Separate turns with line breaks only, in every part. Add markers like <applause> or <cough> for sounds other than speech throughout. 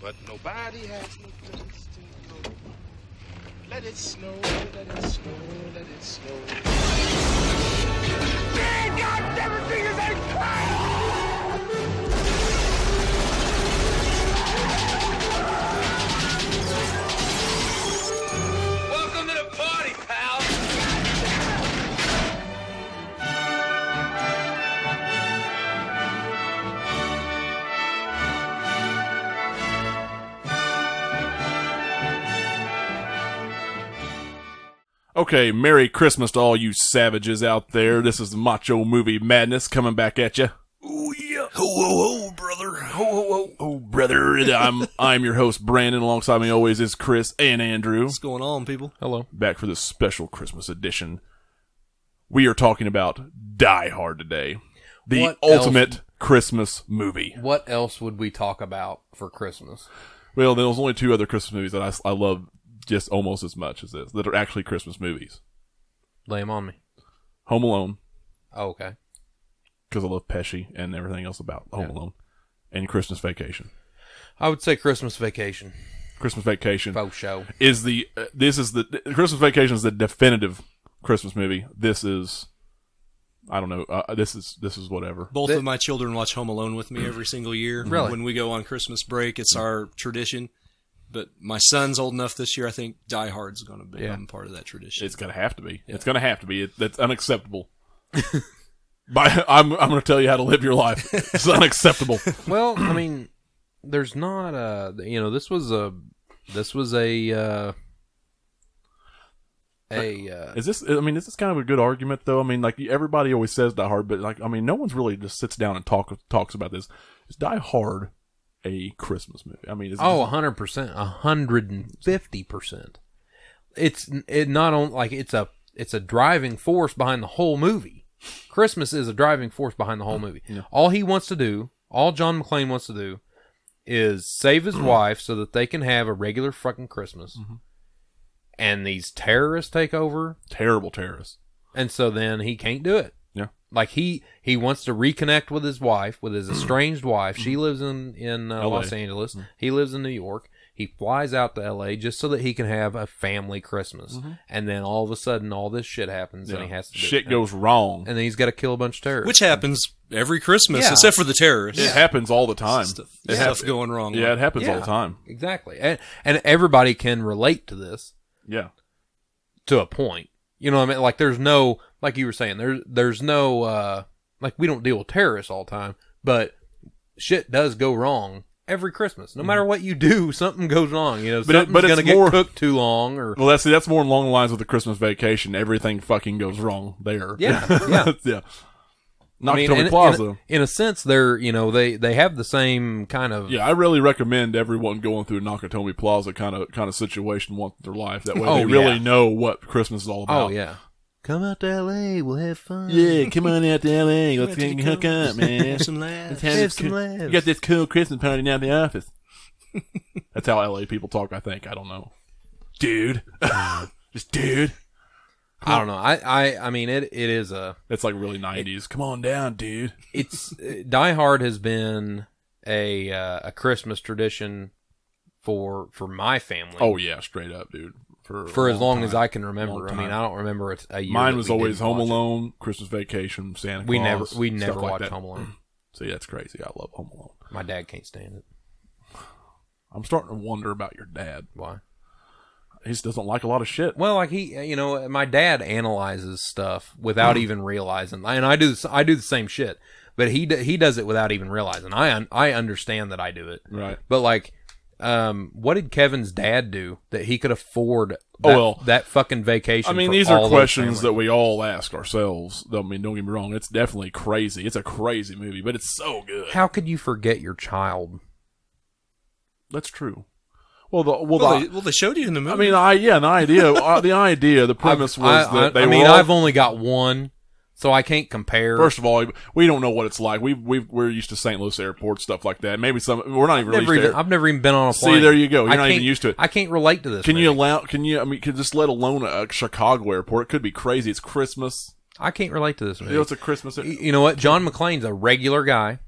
But nobody has no place to go. Let it snow, let it snow, let it snow.
Welcome to the party, pal.
Okay, Merry Christmas to all you savages out there. This is Macho Movie Madness coming back at you.
Oh yeah. Ho ho ho, brother. Ho ho ho. Oh
<laughs>
brother.
I'm I'm your host Brandon. Alongside me always is Chris and Andrew.
What's going on, people?
Hello.
Back for this special Christmas edition. We are talking about Die Hard today, the
What else-
ultimate Christmas movie.
What else would we talk about for Christmas?
Well, there was only two other Christmas movies that I, I love just almost as much as this that are actually Christmas movies:
Lay 'em on me.
Home Alone,
Oh, okay.
because I love Pesci and everything else about Home
Yeah.
Alone, and Christmas Vacation.
I would say Christmas vacation.
Christmas Vacation.
Faux show.
is the uh, this is the Christmas Vacation is the definitive Christmas movie. This is I don't know. Uh, this is this is whatever.
Both
Th-
of my children watch Home Alone with me every single year.
Mm. Really? Mm.
When we go on Christmas break, it's our tradition. But my son's old enough this year. I think Die Hard's going to become
Yeah.
part of that tradition.
It's gonna have to be. It's gonna have to be. It, that's unacceptable. <laughs> By I'm I'm gonna tell you how to live your life. It's unacceptable.
<clears throat> Well, I mean, there's not a you know this was a this was a uh, a uh,
Is this? I mean, is this kind of a good argument though? I mean, like everybody always says Die Hard, but like I mean, no one's really just sits down and talk talks about this. Is Die Hard a Christmas movie? I mean, is
oh, hundred percent, hundred and fifty percent. It's it not on like it's a it's a driving force behind the whole movie. Christmas is a driving force behind the whole movie. All he wants to do, all John McClane wants to do, is save his wife so that they can have a regular fucking Christmas. And these terrorists take over,
terrible terrorist.
and so then he can't do it.
Yeah.
Like he he wants to reconnect with his wife, with his estranged wife. She lives in in uh,
LA.
Los Angeles.
Mm-hmm.
He lives in New York. He flies out to L.A. just so that he can have a family Christmas. And then all of a sudden, all this shit happens, and he has to do
Mm-hmm. Shit
it.
goes wrong.
and then he's got to kill a bunch of terrorists.
Which happens every Christmas,
Yeah.
except for the terrorists.
It happens all the time.
Stuff,
It
stuff
hap-
going wrong.
Yeah, it happens all
Yeah.
the time.
exactly, and and everybody can relate to this
Yeah.
to a point. You know what I mean? Like there's no like you were saying there's there's no uh like we don't deal with terrorists all the time, but shit does go wrong every Christmas. No matter what you do, <laughs> something goes wrong. You know,
Mm-hmm. But it-
something's
but it's
gonna get
more-
cooked too long or
Well, that's see, that's more along the lines of the Christmas vacation. Everything fucking goes wrong there. <laughs>
Yeah, yeah.
yeah.
I
Not
mean, in,
Tony
in-
Plaza.
In, a sense, they're you know they they have the same kind of
yeah, I really recommend everyone going through a Nakatomi Plaza kind of kind of situation once in their life. That way,
Oh,
they really
yeah.
know what Christmas is all about.
oh yeah. Come out to L.A. We'll have fun.
Yeah, come on out to LA. Let's
Take
get
a
hook
couple-
up, man.
<laughs>
Have some
have
laughs.
Have
this
some
cool-
laughs.
You got this cool Christmas party now at the office. <laughs> That's how LA people talk, I think. I don't know. Dude. <laughs> Just dude.
I don't know. I, I I mean it it is a
That's like really 90s. Come on down, dude.
it's <laughs> uh, Die Hard has been a uh, a Christmas tradition for for my family.
Oh yeah, straight up, dude. For a
for as long as
time.
I can remember. I
Long
mean,
time.
I don't remember a, a year.
Mine
that
was
we
always
didn't
Home
watch it.
Alone, Christmas Vacation, Santa
We never
Claus.
we
stuff
never
like
watched
that. <clears throat>
Home Alone.
See, that's crazy. I love Home Alone.
My dad can't stand it.
I'm starting to wonder about your dad.
Why?
He just doesn't like a lot of shit.
Well, like he, you know, my dad analyzes stuff without
Mm-hmm.
even realizing, and I do this- I do the same shit, but he d- he does it without even realizing. I un- I understand that I do it,
Right.
but like. Um, what did Kevin's dad do that he could afford that,
Oh, well.
that fucking vacation?
I mean,
for
these
all
are
of
questions
family?
that we all ask ourselves. I mean, don't get me wrong. It's definitely crazy. It's a crazy movie, but it's so good.
How could you forget your child?
That's true. Well, the well,
Well,
the,
they, well, they showed you in the movie.
I mean, I yeah, an idea. uh, the idea, the premise was
I,
that
I,
they
I
were
mean,
all-
I've only got one, so I can't compare.
First of all, we don't know what it's like. We we we're used to St. Louis airport stuff like that. Maybe some we're not even really
never
used
even,
to air-
I've never even been on a
See,
plane.
there you go. You're
I
not even
can't-
used to it.
I can't relate to this.
Can you
movie.
allow? Can you? I mean, can just let alone a Chicago airport. It could be crazy. It's Christmas.
I can't relate to this
You know,
movie.
it's a Christmas.
You know what? John McClane's a regular guy.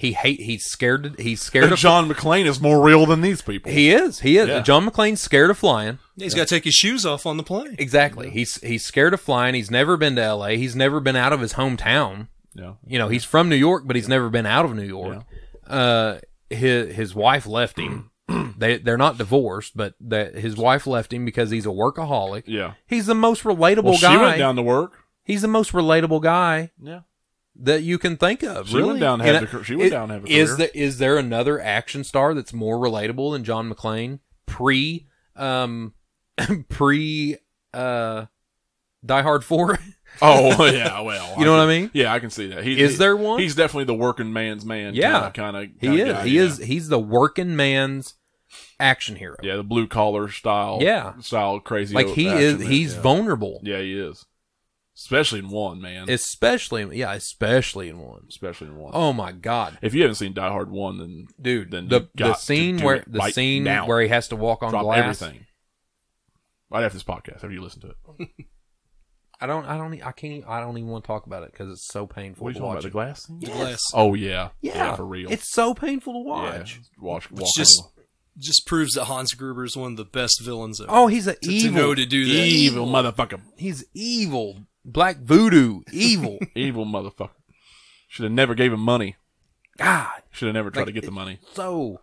He hate. He's scared. To, he's scared
And
of.
<laughs> John McClane is more real than these people.
he is. He is.
Yeah.
John McClane's scared of flying.
Yeah, he's got to take his shoes off on the plane.
Exactly. He's he's scared of flying. He's never been to L.A. He's never been out of his hometown.
yeah.
You know, he's from New York, but he's never been out of New York. Uh, his his wife
<clears throat>
left him. they they're not divorced, but that his wife left him because he's a workaholic.
Yeah.
He's the most relatable
Well,
guy.
she went down to work.
he's the most relatable guy
Yeah.
that you can think of.
She
really,
went down and had
And
the
I-
cur- she went
it-
down and had the
Is
career.
there is there another action star that's more relatable than John McClane pre um <laughs> pre uh Die Hard Four?
<laughs>
<laughs>
Oh yeah. Well,
you know
I can-
what I mean?
Yeah, I can see that. He,
Is
he-
there one?
He's definitely the working man's man.
Yeah.
kind of.
He is.
Guy,
he
yeah.
is. He's the working man's action hero.
Yeah, the blue collar style.
Yeah.
style crazy.
like he
action
is.
man,
He's
yeah.
vulnerable,
Yeah, he is. Especially in one, man.
especially yeah, especially in one.
Especially in one.
Oh my god,
If you haven't seen Die Hard one, then
dude!
Then you
the the
got to
scene
do
where
it
the
right
scene
now.
where he has to walk on
drop
glass.
everything. Right after this podcast, after you listen to it.
I don't. I don't. e- I can't. I don't even want to talk about it because it's so painful
What are you
to
talking about?
watch.
The glass thing?
The glass
Oh yeah.
Yeah,
for real.
It's so painful to
Yeah,
watch.
Watch,
Which
walk
just
on
just proves that Hans Gruber is one of the best villains ever.
Oh, he's an
to, to
evil. e,
know to do
the-
that.
evil motherfucker.
He's evil. Black voodoo.
<laughs>
Evil.
Evil motherfucker. Should have never gave him money.
God.
Should have never tried
Like,
to get the money.
So.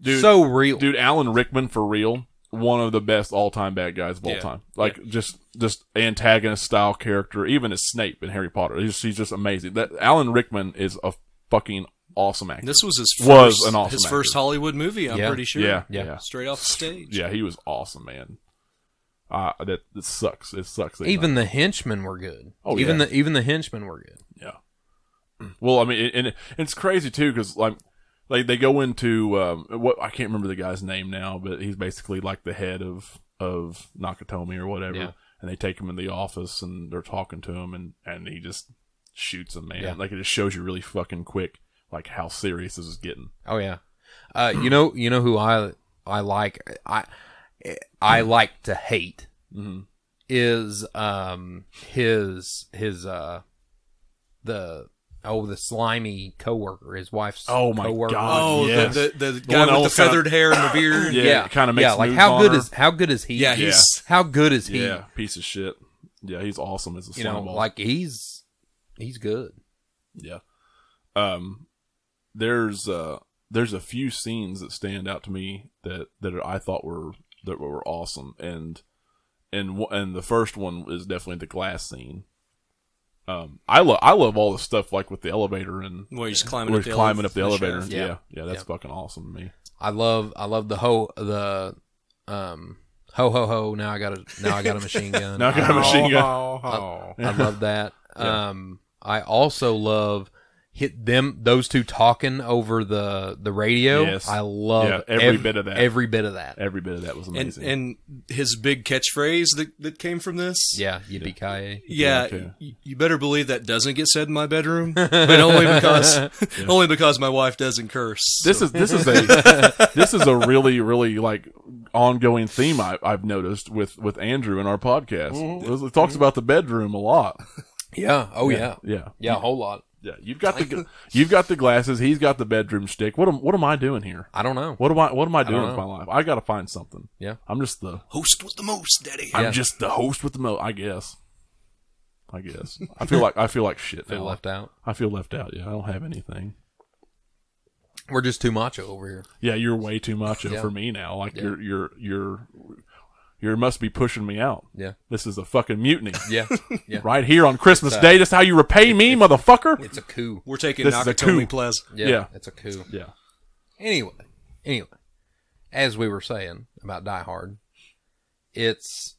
Dude,
so real.
dude, Alan Rickman for real, one of the best all time bad guys of all
Yeah.
time. Like just just antagonist style character, even as Snape in Harry Potter. He's, he's just amazing. That Alan Rickman is a fucking awesome actor.
This was his first,
Was an awesome
his
actor.
first Hollywood movie. I'm
Yeah.
pretty sure.
yeah,
Yeah.
yeah, yeah,
straight off the stage.
He was awesome, man. Uh, that that sucks. It sucks. that he's
Even the henchmen were good.
Oh,
even
yeah.
the even the henchmen were good.
Yeah. Well, I mean, it- and, it it's crazy too because like, like they go into um, what I can't remember the guy's name now, but he's basically like the head of of Nakatomi or whatever,
Yeah.
and they take him in the office and they're talking to him, and and he just shoots him, man.
Yeah.
Like it just shows you really fucking quick, like how serious this is getting.
Oh yeah. Uh, you know you know who I I like I I like to hate
Mhm.
is um his his uh the oh the slimy coworker his wife's
Oh, my
coworker.
God.
Oh,
Yes.
the, the, the
The one that
guy with the
always kinda-
feathered hair <coughs> and the beard.
Yeah,
yeah
it kinda makes
yeah like
moves
how
on
good
her.
is how good is he
Yeah, he's
how good is he
Yeah, piece of shit. Yeah, he's awesome as a
you know
slimeball.
like he's he's good
Yeah. Um there's uh there's a few scenes that stand out to me that that I thought were that were awesome and and wh- and the first one is definitely the glass scene. Um I love I love all the stuff like with the elevator and
Where he's climbing,
where
up, the
he's climbing up the
elef-
elevator.
shaft.
Yeah.
Yeah.
yeah. that's fucking awesome to me.
I love I love the ho the um ho ho ho now I got a now I got
<laughs>
a machine gun
Now I got a
<laughs>
machine gun.
I
<laughs>
love that. Um, I also love hit them those two talking over the the radio.
Yes.
I love
Yeah, every bit of that.
Every bit of that.
Every bit of that was
And
amazing.
and his big catchphrase that that came from this.
yeah, yippee ki
Yeah,
Yeah.
y- you better believe that doesn't get said in my bedroom, but only because <laughs> only because my wife doesn't curse.
this is this is
<laughs>
a this is a really really like ongoing theme I, I've noticed with with Andrew in our podcast.
Mm-hmm.
It talks about the bedroom a lot.
Yeah. Oh yeah. Yeah.
<laughs> Yeah,
a whole lot.
yeah. You've got the gl- you've got the glasses. He's got the bedroom stick. What am what am I doing here?
I don't know.
What am I what am I doing
don't
with my
know.
life? I got to find something.
Yeah.
I'm just the
host with the most, daddy.
Yeah.
I'm just the host with the mo. I guess. I guess. I feel like I feel like shit.
Feel
now.
left out.
I feel left out. Yeah, I don't have anything.
We're just too macho over here.
Yeah, you're way too macho
Yeah.
for me now. Like you're you're you're you must be pushing me out.
Yeah.
This is a fucking mutiny. <laughs>
Yeah. Yeah.
Right here on Christmas Day. That's how you repay me, motherfucker.
It's a coup.
We're taking
This is a coup.
Nakatomi Plaza.
Yeah,
Yeah.
It's a coup.
yeah.
Anyway, anyway, as we were saying about Die Hard, it's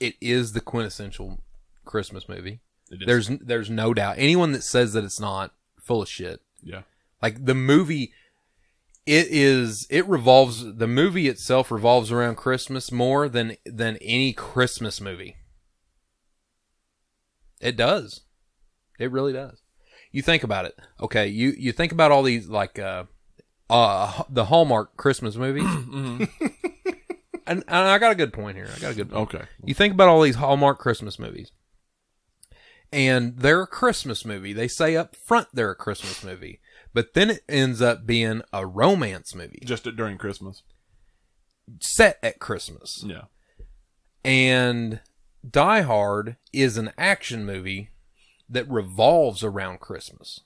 it is the quintessential Christmas movie.
It is.
There's there's no doubt. Anyone that says that it's not full of shit.
yeah.
Like the movie it is it revolves the movie itself revolves around Christmas more than than any Christmas movie. It does. It really does. You think about it. Okay, you you think about all these like uh uh the Hallmark
<clears throat>
Christmas movies.
Mm-hmm.
and, and I got a good point here. I got a good point.
Okay.
You think about all these Hallmark Christmas movies, and they're a Christmas movie. They say up front they're a Christmas movie, But then it ends up being a romance movie
just at, during Christmas.
set at Christmas.
Yeah,
And Die Hard is an action movie that revolves around Christmas.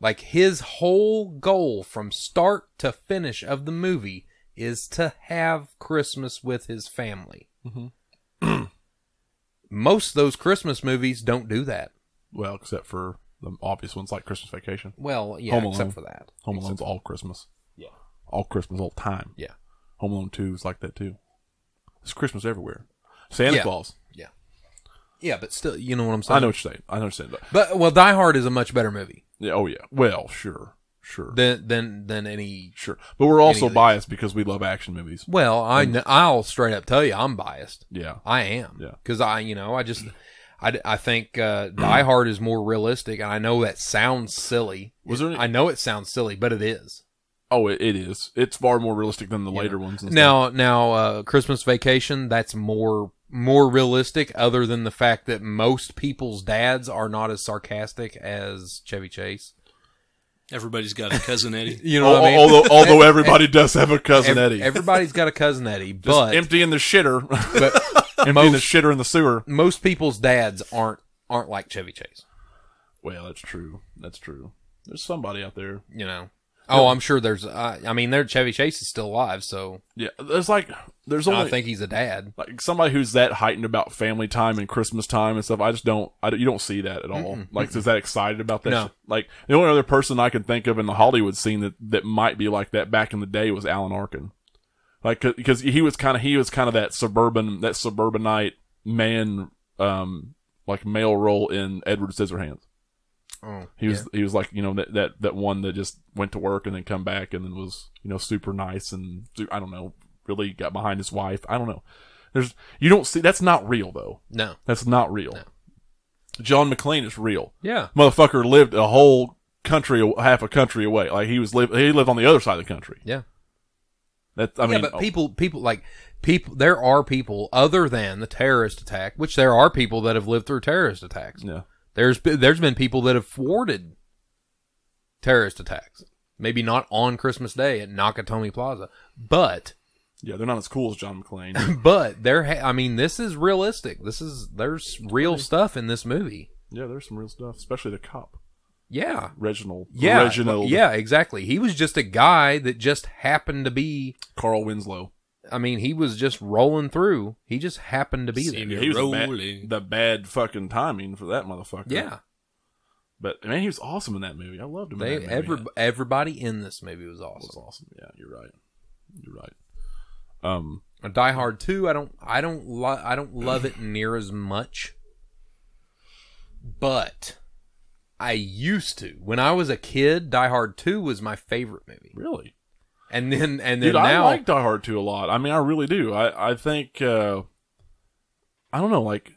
Like his whole goal from start to finish of the movie is to have Christmas with his family. Mm-hmm. Most of those Christmas movies don't do that.
well, except for the obvious ones like Christmas Vacation.
Well, yeah,
Home Alone.
except for that.
Home Alone's all Christmas.
Yeah.
all Christmas all the time.
Yeah.
Home Alone Two is like that too. It's Christmas everywhere. Santa
Yeah.
Claus.
Yeah. Yeah, but still, you know what I'm saying?
I know what you're saying. I understand that.
But well, Die Hard is a much better movie
Yeah. Oh yeah. Well, sure, sure,
than than than any
sure. But we're also
of these.
biased because we love action movies.
Well, I kn- I'll straight up tell you I'm biased.
Yeah.
I am.
Yeah.
Because I, you know, I just, I, d- I think uh, <clears throat> Die Hard is more realistic, and I know that sounds silly.
Was there any-
I know it sounds silly, but it is.
Oh, it, it is. It's far more realistic than the later ones. And stuff.
Now, now, uh, Christmas Vacation, that's more more realistic. Other than the fact that most people's dads are not as sarcastic as Chevy Chase.
Everybody's got a cousin Eddie. <laughs>
You know
Al-
what I mean?
although
<laughs>
although everybody does have a cousin
Ev-
Eddie,
Everybody's got a cousin
<laughs>
Eddie,
Just
but
emptying the shitter, <laughs>
but
emptying the shitter in the sewer.
most people's dads aren't aren't like Chevy Chase.
Well, that's true. That's true. There's somebody out there.
you know. Oh, I'm sure there's. Uh, I mean, there Chevy Chase is still alive, so
Yeah, there's like there's only
I think he's a dad.
like somebody who's that heightened about family time and Christmas time and stuff. I just don't. I don't- you don't see that at all. Like, is that excited about that?
No.
shit? Like the only other person I can think of in the Hollywood scene that that might be like that back in the day was Alan Arkin. Like, because he was kind of he was kind of that suburban that suburbanite man, um, like male role in Edward Scissorhands.
Oh,
He was he was like you know that, that that one that just went to work and then come back and then was you know super nice and su- I don't know really got behind his wife. I don't know. There's you don't see that's not real though.
No,
That's not real. John McClane is real.
yeah,
Motherfucker lived a whole country half a country away. Like he was live he lived on the other side of the country.
yeah,
That I mean
yeah. But
oh,
people, people like people. There are people other than the terrorist attack, which there are people that have lived through terrorist attacks.
yeah.
There's be- there's been people that have thwarted terrorist attacks. Maybe not on Christmas Day at Nakatomi Plaza, but
Yeah, they're not as cool as John
<laughs>
McClane.
but there. Ha- I mean, this is realistic. This is there's real stuff in this movie.
yeah, there's some real stuff, especially the cop.
Yeah,
Reginald.
Yeah,
Reginald
yeah, exactly. He was just a guy that just happened to be.
Carl Winslow.
I mean, he was just rolling through. He just happened to be
See
there.
me.
Yeah, he was the
Rolling.
bad, the bad fucking timing for that motherfucker.
Yeah,
But man, he was awesome in that movie. I loved him.
they
in that movie.
every, everybody in this movie was
That was
awesome.
awesome. Yeah, you're right. You're right. Um,
Die Hard two, I don't, I don't, lo- I don't love it near as much, but I used to when I was a kid. Die Hard two was my favorite movie,
really,
and then and then
dude,
now,
I like Die Hard two a lot. I mean, I really do. I I think uh, I don't know, like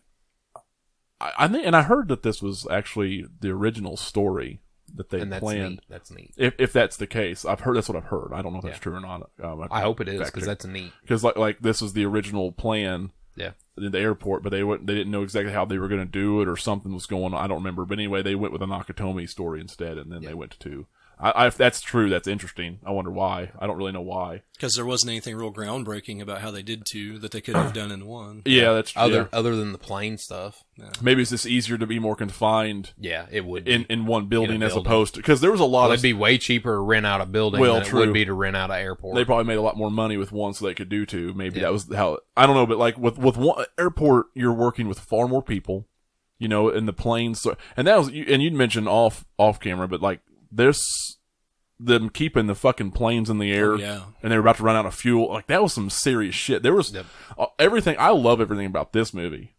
I, I think, and I heard that this was actually the original story that they
and that's
planned.
neat. That's neat.
If, if that's the case, I've heard that's what I've heard. I don't know if that's
Yeah.
true or not. Um,
I hope it is
fact
because
check.
that's neat.
because like like this was the original plan
Yeah.
in the airport, but they wouldn't, they didn't know exactly how they were going to do it or something was going on. I don't remember, but anyway, they went with a Nakatomi story instead, and then they went to two. I, I, if that's true, that's interesting. I wonder why. I don't really know why.
Because there wasn't anything real groundbreaking about how they did two that they could have done in one.
Yeah, that's true.
Other other than the plane stuff.
Maybe it's just easier to be more confined
Yeah, it would.
in, in one building as
building.
opposed to because there was a lot
well,
of
it'd be way cheaper to rent out a building
Well,
than it
true.
would be to rent out an airport.
they probably made a lot more money with one, so they could do two. Maybe that was how I don't know, but like with with one airport, you're working with far more people, you know, and the planes. So, and that was you- and you'd mentioned off off camera, but like this, them keeping the fucking planes in the air,
Oh, yeah.
and they were about to run out of fuel. Like that was some serious shit. There was
Yep.
uh, everything. I love everything about this movie.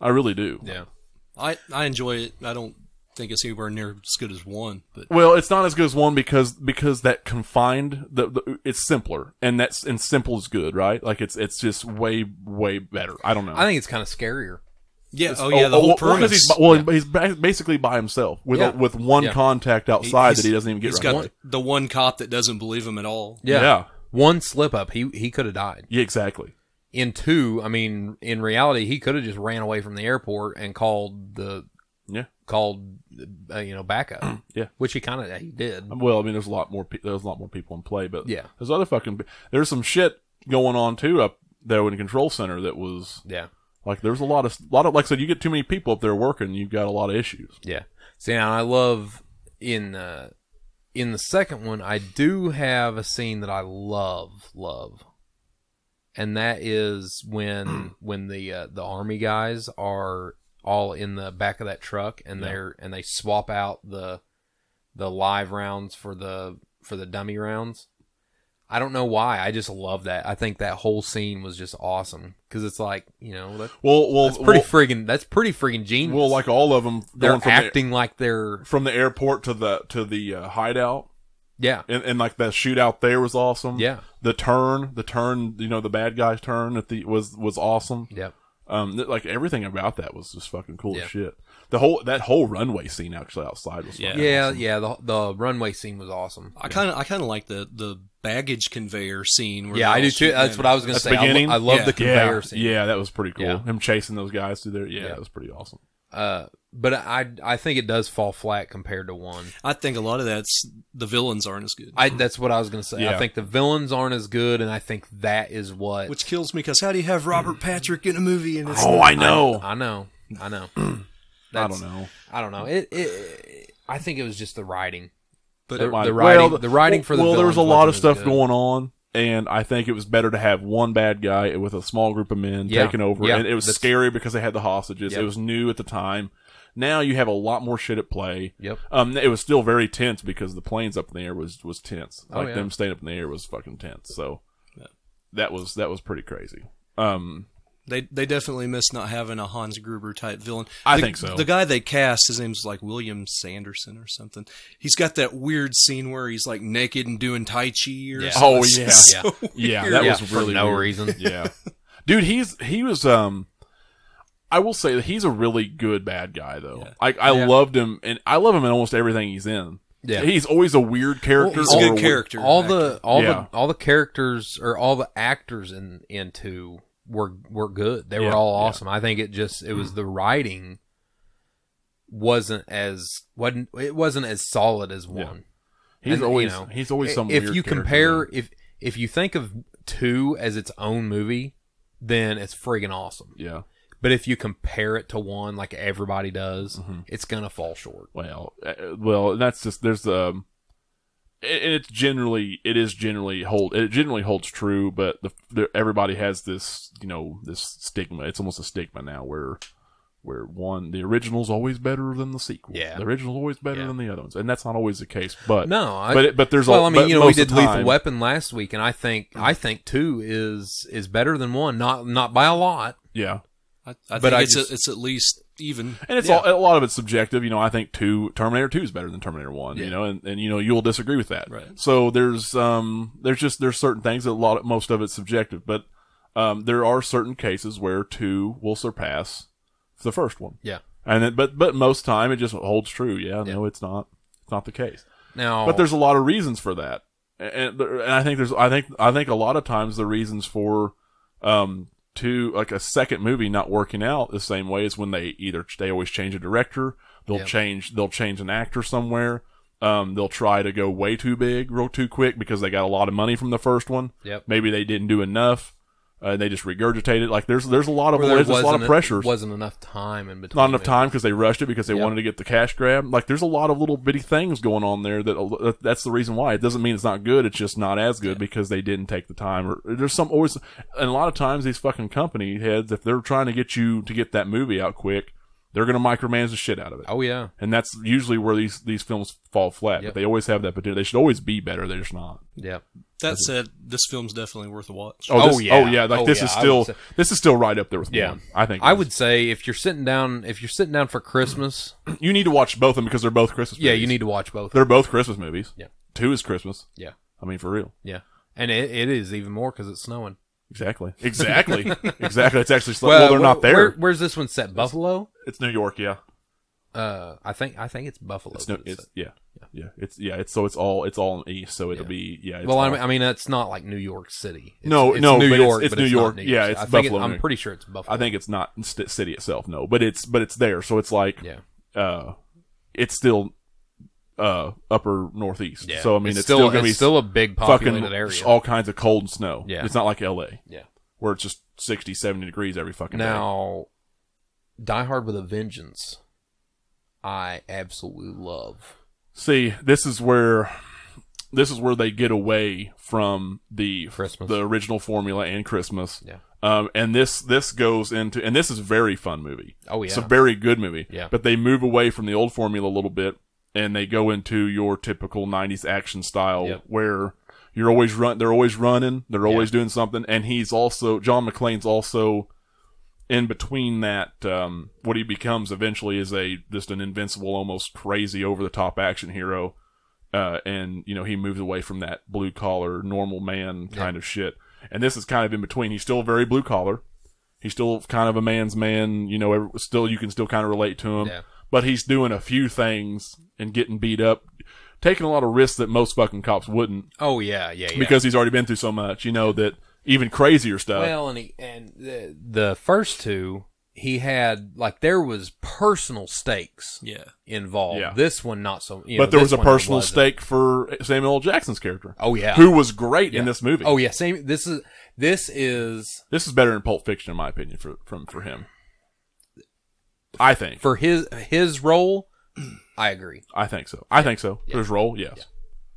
I really do.
yeah,
I, I enjoy it. I don't think it's anywhere near as good as one, but
Well, it's not as good as one because because that confined the, the it's simpler and that's and simple is good, right? Like it's it's just way way better. I don't know.
I think it's kind of scarier.
yeah, oh yeah, the whole
well, well, 'cause
premise.
He's, well, he's ba- basically by himself with
Yeah.
a, with one
Yeah.
contact outside
He's-
that he doesn't even get
he's
right.
got
away.
the one cop that doesn't believe him at all.
Yeah.
Yeah.
One slip up, he he could have died.
yeah, exactly.
In two, I mean, in reality, he could have just ran away from the airport and called the
Yeah,
called, uh, you know, backup.
Yeah.
which he kind of he did.
Well, I mean, there's a lot more. Pe- there's a lot more people in play, but
Yeah.
there's other fucking. There's some shit going on too up there in the control center that was
Yeah,
like there's a lot of lot of like I said, you get too many people up there working, you've got a lot of issues.
yeah. See, now I love in uh, in the second one, I do have a scene that I love, love, and that is
Hmm.
when when the uh, the army guys are all in the back of that truck and
Yeah.
they're and they swap out the the live rounds for the for the dummy rounds. I don't know why. I just love that. I think that whole scene was just awesome because it's like you know that,
Well, well,
that's pretty
well,
friggin' that's pretty friggin' genius.
well, like all of them
they're
going from
acting like they're
the, from the airport to the to the uh, hideout,
yeah
and, and like that shootout there was awesome.
Yeah.
the turn, the turn, you know, the bad guy's turn at the was was awesome.
yeah
Um, th- like everything about that was just fucking cool
Yeah.
as shit. The whole that whole runway scene actually outside was
Yeah.
fucking
yeah
awesome.
yeah. The the runway scene was awesome.
I kind of, I kind of like the the baggage conveyor scene. Where
Yeah,
they're
I
all
do too.
shooting
That's
at
what
it.
I was gonna
That's
say. I,
beginning?
lo- I love
Yeah.
the conveyor
yeah,
scene.
yeah, that was pretty cool.
Yeah.
Him chasing those guys through there, yeah, that was pretty awesome.
Uh, but I I think it does fall flat compared to one.
I think a lot of that's the villains aren't as good,
I that's what I was gonna say. I
Yeah.
think the villains aren't as good, and I think that is what.
which kills me. Because how do you have Robert Patrick in a movie and it's
Oh, I know.
I know. I know.
<clears throat> I
That's-
don't know.
I don't know. It, it. I think it was just the writing.
but
The,
it-
might-
the writing.
well,
the writing for the.
well, there was a
villains
lot of
wasn't as
stuff
good.
going on, and I think it was better to have one bad guy with a small group of men
Yeah.
taking over.
Yeah.
And it was
That's-
scary because they had the hostages.
Yep.
It was new at the time. Now you have a lot more shit at play.
Yep.
Um, it was still very tense because the planes up in the air was was tense.
Oh,
Like
yeah.
them staying up in the air was fucking tense. So that was that was pretty crazy. Um,
they they definitely miss not having a Hans Gruber type villain.
I
The-
think so.
The guy they cast, his name's like William Sanderson or something. He's got that weird scene where he's like naked and doing tai chi or
Yeah.
something.
Oh,
It's
yeah.
<laughs> so
yeah,
weird.
that
Yeah,
was
for
really
no
weird.
<laughs> reason.
Yeah, dude, he's he was um. I will say that he's a really good bad guy though. Like I
Yeah.
loved him, and I love him in almost everything he's in.
Yeah.
he's always a weird character.
He's a
or
good
weird-
character.
all
actor.
the all
Yeah.
the all the characters or all the actors in in two were were good. They
Yeah,
were all
yeah.
awesome. I think it just it was the writing wasn't as wasn't it wasn't as solid as
Yeah.
one.
He's
And, you
always
know,
he's always some.
if
weird
you
character,
compare
though.
if if you think of two as its own movie, then it's friggin' awesome.
yeah.
But if you compare it to one, like everybody does,
Mm-hmm.
it's gonna fall short.
Well, uh, well, that's just there's um, it, it's generally it is generally hold it generally holds true, but the, the everybody has this you know this stigma. It's almost a stigma now where where one the original's always better than the sequel.
Yeah.
the original's always better
Yeah.
than the other ones, and that's not always the case. But
No, I,
but it, but there's
well,
all,
I mean,
but
you know, we
most of
did
the
Lethal
time- Hmm.
Weapon last week, and I think I think two is is better than one, not not by a lot.
Yeah,
I, I
but
think
I
it's
just-
a, it's at least even.
And it's all, a lot of it's subjective. You know, I think two Terminator Two is better than Terminator One. You know, and, and you know you'll disagree with that.
Right.
So there's um there's just there's certain things that a lot most of it's subjective, but um there are certain cases where two will surpass the first one.
Yeah.
And it, but but most time it just holds true. Yeah, no, it's not it's not the case.
Now,
But there's a lot of reasons for that, and, there- and I think there's I think I think a lot of times the reasons for um two like a second movie not working out the same way is when they either they always change a director, they'll
Yep.
change they'll change an actor somewhere. Um, they'll try to go way too big, real too quick because they got a lot of money from the first one.
Yep.
Maybe they didn't do enough. Uh, they just regurgitate it. Like there's there's a lot of
where there
there's a lot of
wasn't-
pressures
Wasn't enough time in between.
not enough
movies.
time because they rushed it because they wanted to get the cash grab. Like there's a lot of little bitty things going on there that that- that's the reason why it doesn't mean it's not good. It's just not as good because they didn't take the time or there's some always and a lot of times these fucking company heads if they're trying to get you to get that movie out quick, they're gonna micromanage the shit out of it.
Oh yeah,
And that's usually where these these films fall flat.
Yep.
But they always have that potential. They should always be better. They're just not.
yeah.
That said, this film's definitely worth a watch.
Oh,
this-
yeah.
Oh yeah. Like
Oh,
this
yeah,
is
I would
still
say-
this is still right up there with
Yeah.
one. I think
I
it
would say if you're sitting down, if you're sitting down for Christmas,
is. You need to watch both of them because they're both Christmas.
yeah,
movies.
you need to watch both.
They're both Christmas movies.
Yeah.
Two is Christmas.
Yeah,
I mean, for real.
yeah, and it, it is even more because it's snowing.
Exactly.
<laughs>
Exactly. exactly. It's actually well, well they're
wh-
not there.
where- where's this one set? Buffalo.
it's New York. Yeah.
Uh, I think I think it's Buffalo.
It's, no,
that it's
it's
set.
yeah. Yeah. It's yeah. It's so it's all it's all in the east. So it'll be yeah. It's
well, I
all-
mean, I mean, it's not like New York City. It's,
No,
it's
no,
New
but it's-
York.
it's
but
New
not
York.
New
Yeah,
City.
it's
I think it-
Buffalo, New
I'm
York.
pretty sure it's Buffalo.
I think it's not in st- city itself. No, but it's but it's there. So it's like
Yeah.
uh, it's still uh, upper northeast.
Yeah.
So I mean, it's,
still,
still, gonna
it's
be
still a big
fucking
populated area.
all kinds of cold and snow.
Yeah.
It's not like LA
yeah.
where it's just 60, 70 degrees every fucking day.
Now, Die Hard with a Vengeance, I absolutely love.
See, this is where this is where they get away from the
Christmas.
the original formula and Christmas.
Yeah.
Um, and this this goes into and this is a very fun movie.
Oh,
It's a
yeah.
very good movie.
Yeah.
But they move away from the old formula a little bit and they go into your typical nineties action style
Yep.
where you're always run they're always running, they're always doing something, and he's also John McClane's also in between that, um, what he becomes eventually is a just an invincible, almost crazy, over the top action hero, uh, and you know he moves away from that blue collar, normal man kind of shit. And this is kind of in between. He's still very blue collar. He's still kind of a man's man. You know, ev- still you can still kind of relate to him,
Yeah.
but he's doing a few things and getting beat up, taking a lot of risks that most fucking cops wouldn't
Oh yeah, yeah, yeah.
because uh, he's already been through so much. You know that even crazier stuff.
well, and he, and the, the first two, he had like there was personal stakes
Yeah.
involved.
Yeah.
This one not so. you know,
but there
this
was a
one there
personal
wasn't.
stake for Samuel L. Jackson's character.
Oh, yeah.
who was great
Yeah.
in this movie.
Oh yeah, same. This is this is
this is better than Pulp Fiction, in my opinion, for from for him. I think.
for his his role. I agree.
I think so. I think so. There's role, yes.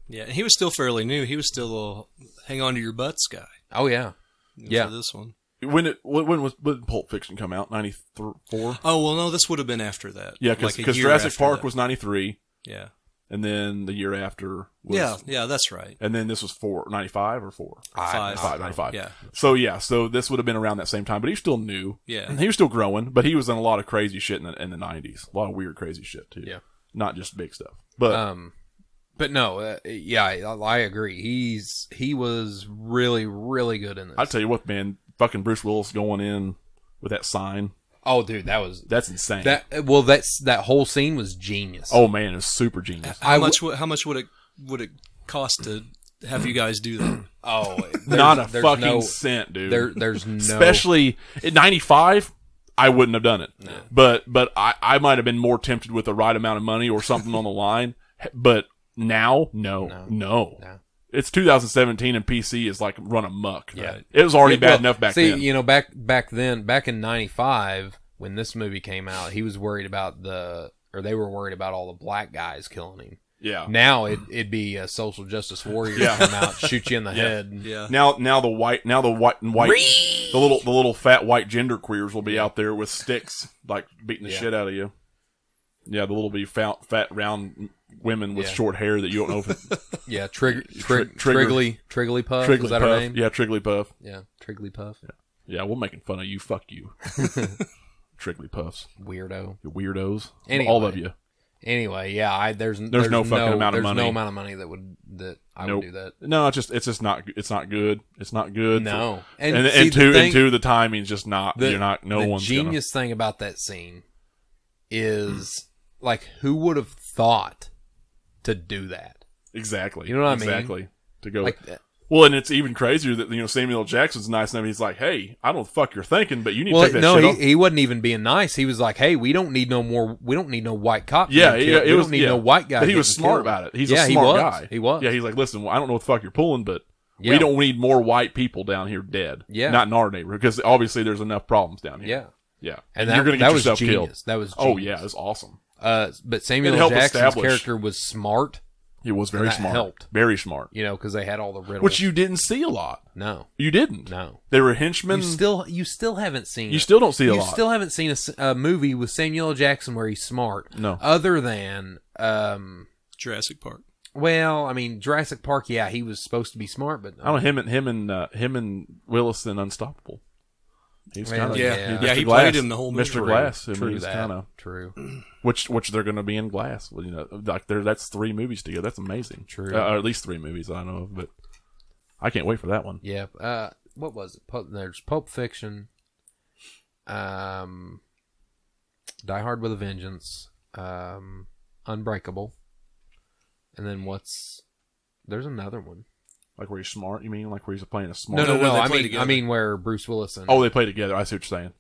Yeah, and he was still fairly new. He was still a hang on to your butts guy.
Oh yeah, Yeah.
For this one.
When it when when was when did Pulp Fiction come out? Ninety four.
Oh well, no, this would have been after that.
Yeah, because
Like a year
Jurassic
after
Park
that.
was ninety three,
Yeah.
and then the year after was
Yeah, yeah, that's right.
and then this was four ninety five or four.
Five.
Five, 95.
Yeah.
So yeah, so this would have been around that same time, but he still knew.
Yeah.
And he was still growing, but he was in a lot of crazy shit in the in the nineties. A lot of weird crazy shit too.
Yeah.
Not just big stuff. But
Uh,
Um, but no, uh, yeah, I, I agree. He's he was really really good in this.
I tell you what, man, fucking Bruce Willis going in with that sign.
oh, dude, that was
That's insane.
that. Well, that's that whole scene was genius.
oh man, it's super
<laughs>
genius.
How
I
much? would how much would it would it cost to have you guys
<clears throat>
do that?
oh, <laughs> there's-
Not a
there's
fucking
no-
cent, dude.
There, there's no.
Especially at ninety five, I wouldn't have done it. But but I, I might have been more tempted with the right amount of money or something
<laughs>
on the line. But now, no, no.
No.
It's 2017 and PC is like run amok.
Yeah.
It was already bad
Well,
enough back
see,
then.
you know, back back then, back in '95, when this movie came out, he was worried about the, or they were worried about all the black guys killing him.
yeah.
Now it, it'd be a social justice warrior
<laughs> Yeah.
come out, shoot you in the head.
Yeah.
Now, now the white, now the white and white, the little, the little fat white gender queers will be out there with sticks, like beating the
Yeah.
shit out of you. Yeah, the little be fat, fat round women with
Yeah.
short hair that you don't know.
<laughs>
If,
Yeah, Trig, trig,
Trigger-
Triggly, Triggly Puff. Is that her
Trigglypuff.
name?
Yeah, Trigglypuff.
yeah, Triggly Puff.
Yeah, we're making fun of you. Fuck
<laughs>
you, Trigglypuffs.
Weirdo.
You weirdos.
Anyway.
All of you.
Anyway, yeah, I there's there's,
no fucking amount of
there's
money.
no amount of money that would that I
Nope.
would do that.
No, it's just, it's just not, it's not good. It's not good.
No,
And, and,
see, the
two,
thing-
and two, the timing's just not,
the-
you're not, no
the
one's gonna.
genius thing about that scene is
Hmm.
like who would have thought to do that?
Exactly.
You know what I mean?
Exactly. To go
Like that.
Well, and it's even crazier that you know Samuel L. Jackson's nice enough. He's like, "Hey, I don't know what the fuck you're thinking, but you need to
Well,
take that
no,
shit
he,
off."
he wasn't even being nice. He was like, "Hey, we don't need no more. We don't need no white cops.
yeah,
being
yeah,
killed.
it
we
was
don't need
yeah.
no white guy."
But he was
getting
smart
killed."
about it. He's
Yeah,
a
he
smart
was.
guy.
He was.
Yeah, he's like, "Listen, well, I don't know what the fuck you're pulling, but
Yeah.
we don't need more white people down here dead.
Yeah.
not in our neighborhood because obviously there's enough problems down here.
Yeah,
yeah,
and
and,
that,
you're gonna get
that was
yourself
genius.
killed.
That was
Oh
genius.
yeah, it's awesome.
Uh, but Samuel
It
L.
helped
Jackson's
establish.
character was smart,
He was very
that
smart.
helped.
Very smart,
you know, because they had all the riddles.
which you didn't see a lot.
no,
You didn't.
No.
they were henchmen.
you still you still haven't seen.
You
it.
still don't see a
you
lot.
still haven't seen a, s- a movie with Samuel L. Jackson where he's smart.
No.
other than um,
Jurassic Park.
well, I mean Jurassic Park. Yeah, he was supposed to be smart, but
I don't know him and him and uh, him and Willis in Unstoppable. He's
Well,
kind of
yeah. Yeah,
he
Glass,
played him the whole movie.
Mr.
True.
Glass. I mean,
True
he's
that.
kind of
True.
which which they're going to be in Glass. Well, you know, like there that's three movies together. That's amazing.
True.
Uh, or at least three movies I know of, but I can't wait for that one.
Yeah. Uh, what was it? Pulp, there's Pulp Fiction. Um, Die Hard with a Vengeance. Um, Unbreakable. And then what's there's another one.
Like where he's smart. You mean like where he's playing a smart?
No, no,
no,
no.
no, they
I
play
mean,
together.
I mean where Bruce Willis and
Oh, they play <sighs> together. I see what you're saying.